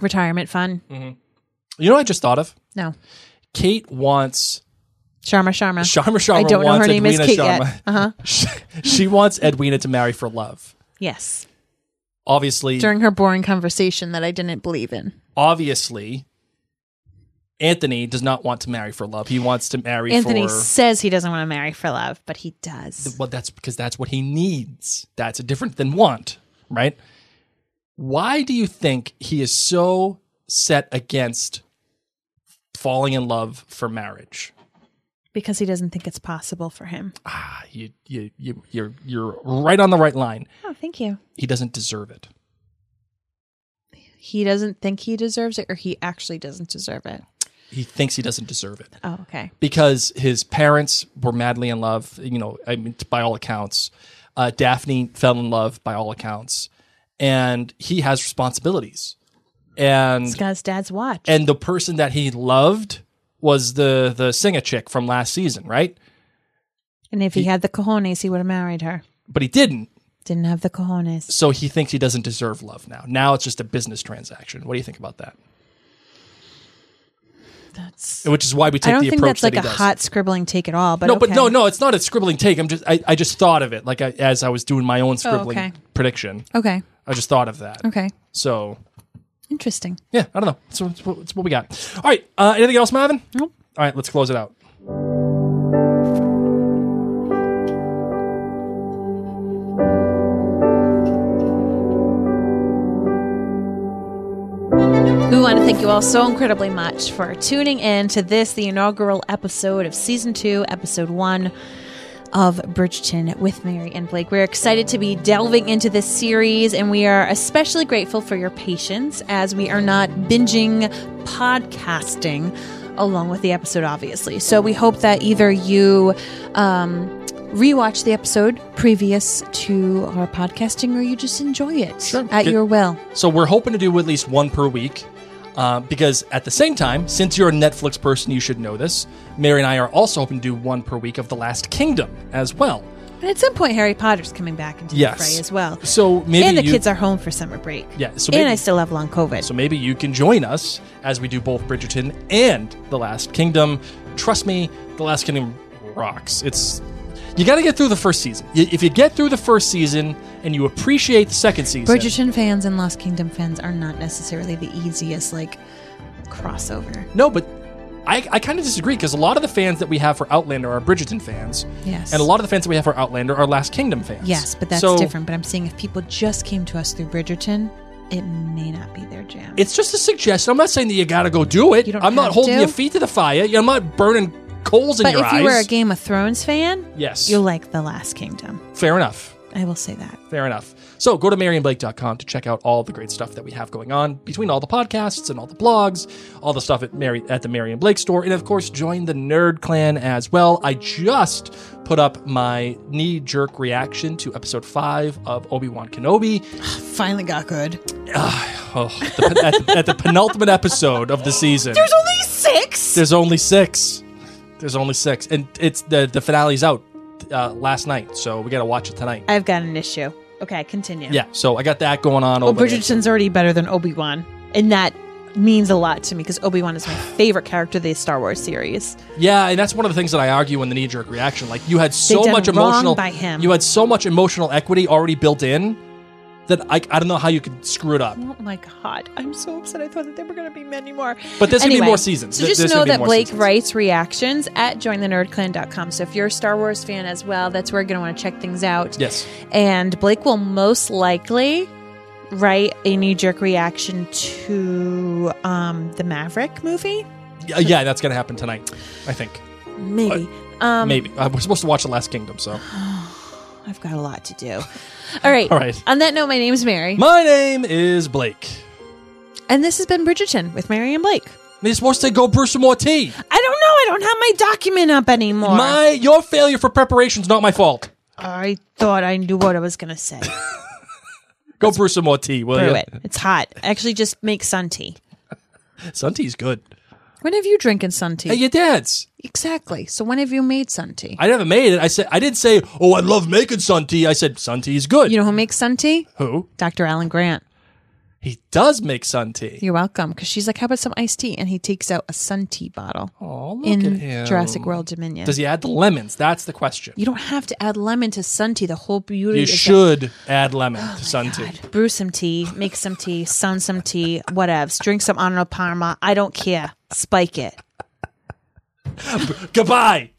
retirement fund.
You know what I just thought of?
No,
Kate wants
Sharma, Sharma.
Sharma Sharma
I don't know
wants
her name is
Edwina
Kate
Sharma.
yet. Uh-huh.
she, she wants Edwina to marry for love.
Yes,
Obviously,
during her boring conversation that I didn't believe in.
obviously, Anthony does not want to marry for love. He wants to marry
Anthony
for
says he doesn't want to marry for love, but he does.
Well, that's because that's what he needs. That's a different than want, right? Why do you think he is so set against falling in love for marriage?
Because he doesn't think it's possible for him.
Ah, you, you, you, you're, you're right on the right line.
Oh, thank you.
He doesn't deserve it.
He doesn't think he deserves it, or he actually doesn't deserve it.
He thinks he doesn't deserve it.
Oh, okay.
because his parents were madly in love. You know, I mean, by all accounts, uh, Daphne fell in love by all accounts, and he has responsibilities. And
It's got his dad's watch.
and the person that he loved was the the singer chick from last season, right?
And if he, had the cojones, he would have married her.
But he didn't,
Didn't have the cojones.
so he thinks he doesn't deserve love now. Now it's just a business transaction. What do you think about that?
That's.
Which is why we
I
take
don't
the
think
approach
that's like
that
a
he does.
hot scribbling take at all. But
no, but
okay.
no, no, it's not a scribbling take. I'm just I, I just thought of it like I, as I was doing my own scribbling
Oh, okay.
prediction.
Okay.
I just thought of that.
Okay.
So
Interesting.
yeah, I don't know. It's, it's, what- it's what we got. All right. Uh, anything else, Marvin? Nope. All right, let's close it out.
We want to thank you all so incredibly much for tuning in to this, the inaugural episode of season two, episode one of Bridgeton with Mary and Blake. We're excited to be delving into this series, and we are especially grateful for your patience as we are not binging podcasting along with the episode, obviously. So we hope that either you um, rewatch the episode previous to our podcasting or you just enjoy it
Sure.
at
Good.
your will.
So we're hoping to do at least one per week. Uh, because at the same time, since you're a Netflix person, you should know this. Mary and I are also hoping to do one per week of The Last Kingdom as well.
And at some point, Harry Potter's coming back into
Yes.
the fray as well.
So maybe
and the
you-
kids are home for summer break.
Yeah, so
and
maybe-
I still have long COVID.
So maybe you can join us as we do both Bridgerton and The Last Kingdom. Trust me, The Last Kingdom rocks. It's you got to get through the first season. Y- If you get through the first season and you appreciate the second season,
Bridgerton fans and Lost Kingdom fans are not necessarily the easiest like crossover.
No, but I, I kind of disagree because a lot of the fans that we have for Outlander are Bridgerton fans.
Yes.
And a lot of the fans that we have for Outlander are Last Kingdom fans.
Yes, but that's
So
different. But I'm saying if people just came to us through Bridgerton, it may not be their jam.
It's just a suggestion. I'm not saying that you got to go do it.
You don't
I'm not
have
holding
to.
your feet to the fire. I'm not burning coals in
but
your
if
eyes.
you were a Game of Thrones fan,
yes.
you'll like The Last Kingdom.
Fair enough.
I will say that.
Fair enough. So go to maryandblake.com to check out all the great stuff that we have going on between all the podcasts and all the blogs, all the stuff at Mary at the Mary and Blake store, and of course join the Nerd Clan as well. I just put up my knee jerk reaction to episode five of Obi Wan Kenobi
Finally got good.
oh, the, at, the, at the penultimate episode of the season. There's only six. There's only six. There's only six, and it's the the finale's out uh, last night, so we got to watch it tonight.
I've got an issue. Okay, continue.
Yeah, so I got that going on.
Well,
over there.
Bridgerton's already better than Obi Wan in that means a lot to me because Obi Wan is my favorite character of the Star Wars series.
Yeah, and that's one of the things that I argue in the knee jerk reaction. Like you had so
done
much
wrong
emotional
by him.
You had so much emotional equity already built in that I, I don't know how you could screw it up.
Oh my god, I'm so upset. I thought that there were going to be many more.
But there's gonna be
Anyway,
more seasons.
So
There-
just
there's
know
gonna be
that
more
Blake
seasons.
writes reactions at jointhenerdclan.com. So if you're a Star Wars fan as well, that's where you're going to want to check things out.
Yes.
And Blake will most likely write a knee jerk reaction to um, the Maverick movie.
Yeah, Uh, yeah, that's gonna happen tonight. I think
Maybe. Um,
maybe uh, we're supposed to watch the Last Kingdom. So
I've got a lot to do. All right.
All right.
On that note, my name is Mary.
my name is Blake.
and this has been Bridgerton with Mary and Blake.
They're supposed to go brew some more tea.
I don't know. I don't have my document up anymore.
My your failure for preparation's not my fault.
I thought I knew what I was going to say.
Go brew some more tea, will
Brew
you?
it. It's hot. Actually, just make sun tea.
Sun tea's good.
When have you drinking sun tea?
Hey, your dad's.
exactly. So when have you made sun tea?
I never made it. I said I didn't say. Oh, I love making sun tea. I said sun tea's good.
you know who makes sun tea?
Who?
Dr. Alan Grant.
He does make sun tea.
You're welcome. Because she's like, how about some iced tea? And he takes out a sun tea bottle
Oh, look at
in
him.
Jurassic World Dominion.
Does he add the lemons? That's the question.
you don't have to add lemon to sun tea. The whole beauty
You
is that-
should add lemon to sun tea.
Brew some tea, make some tea, sun some tea, whatevs. Drink some Arnold Parma. I don't care. Spike it.
Goodbye.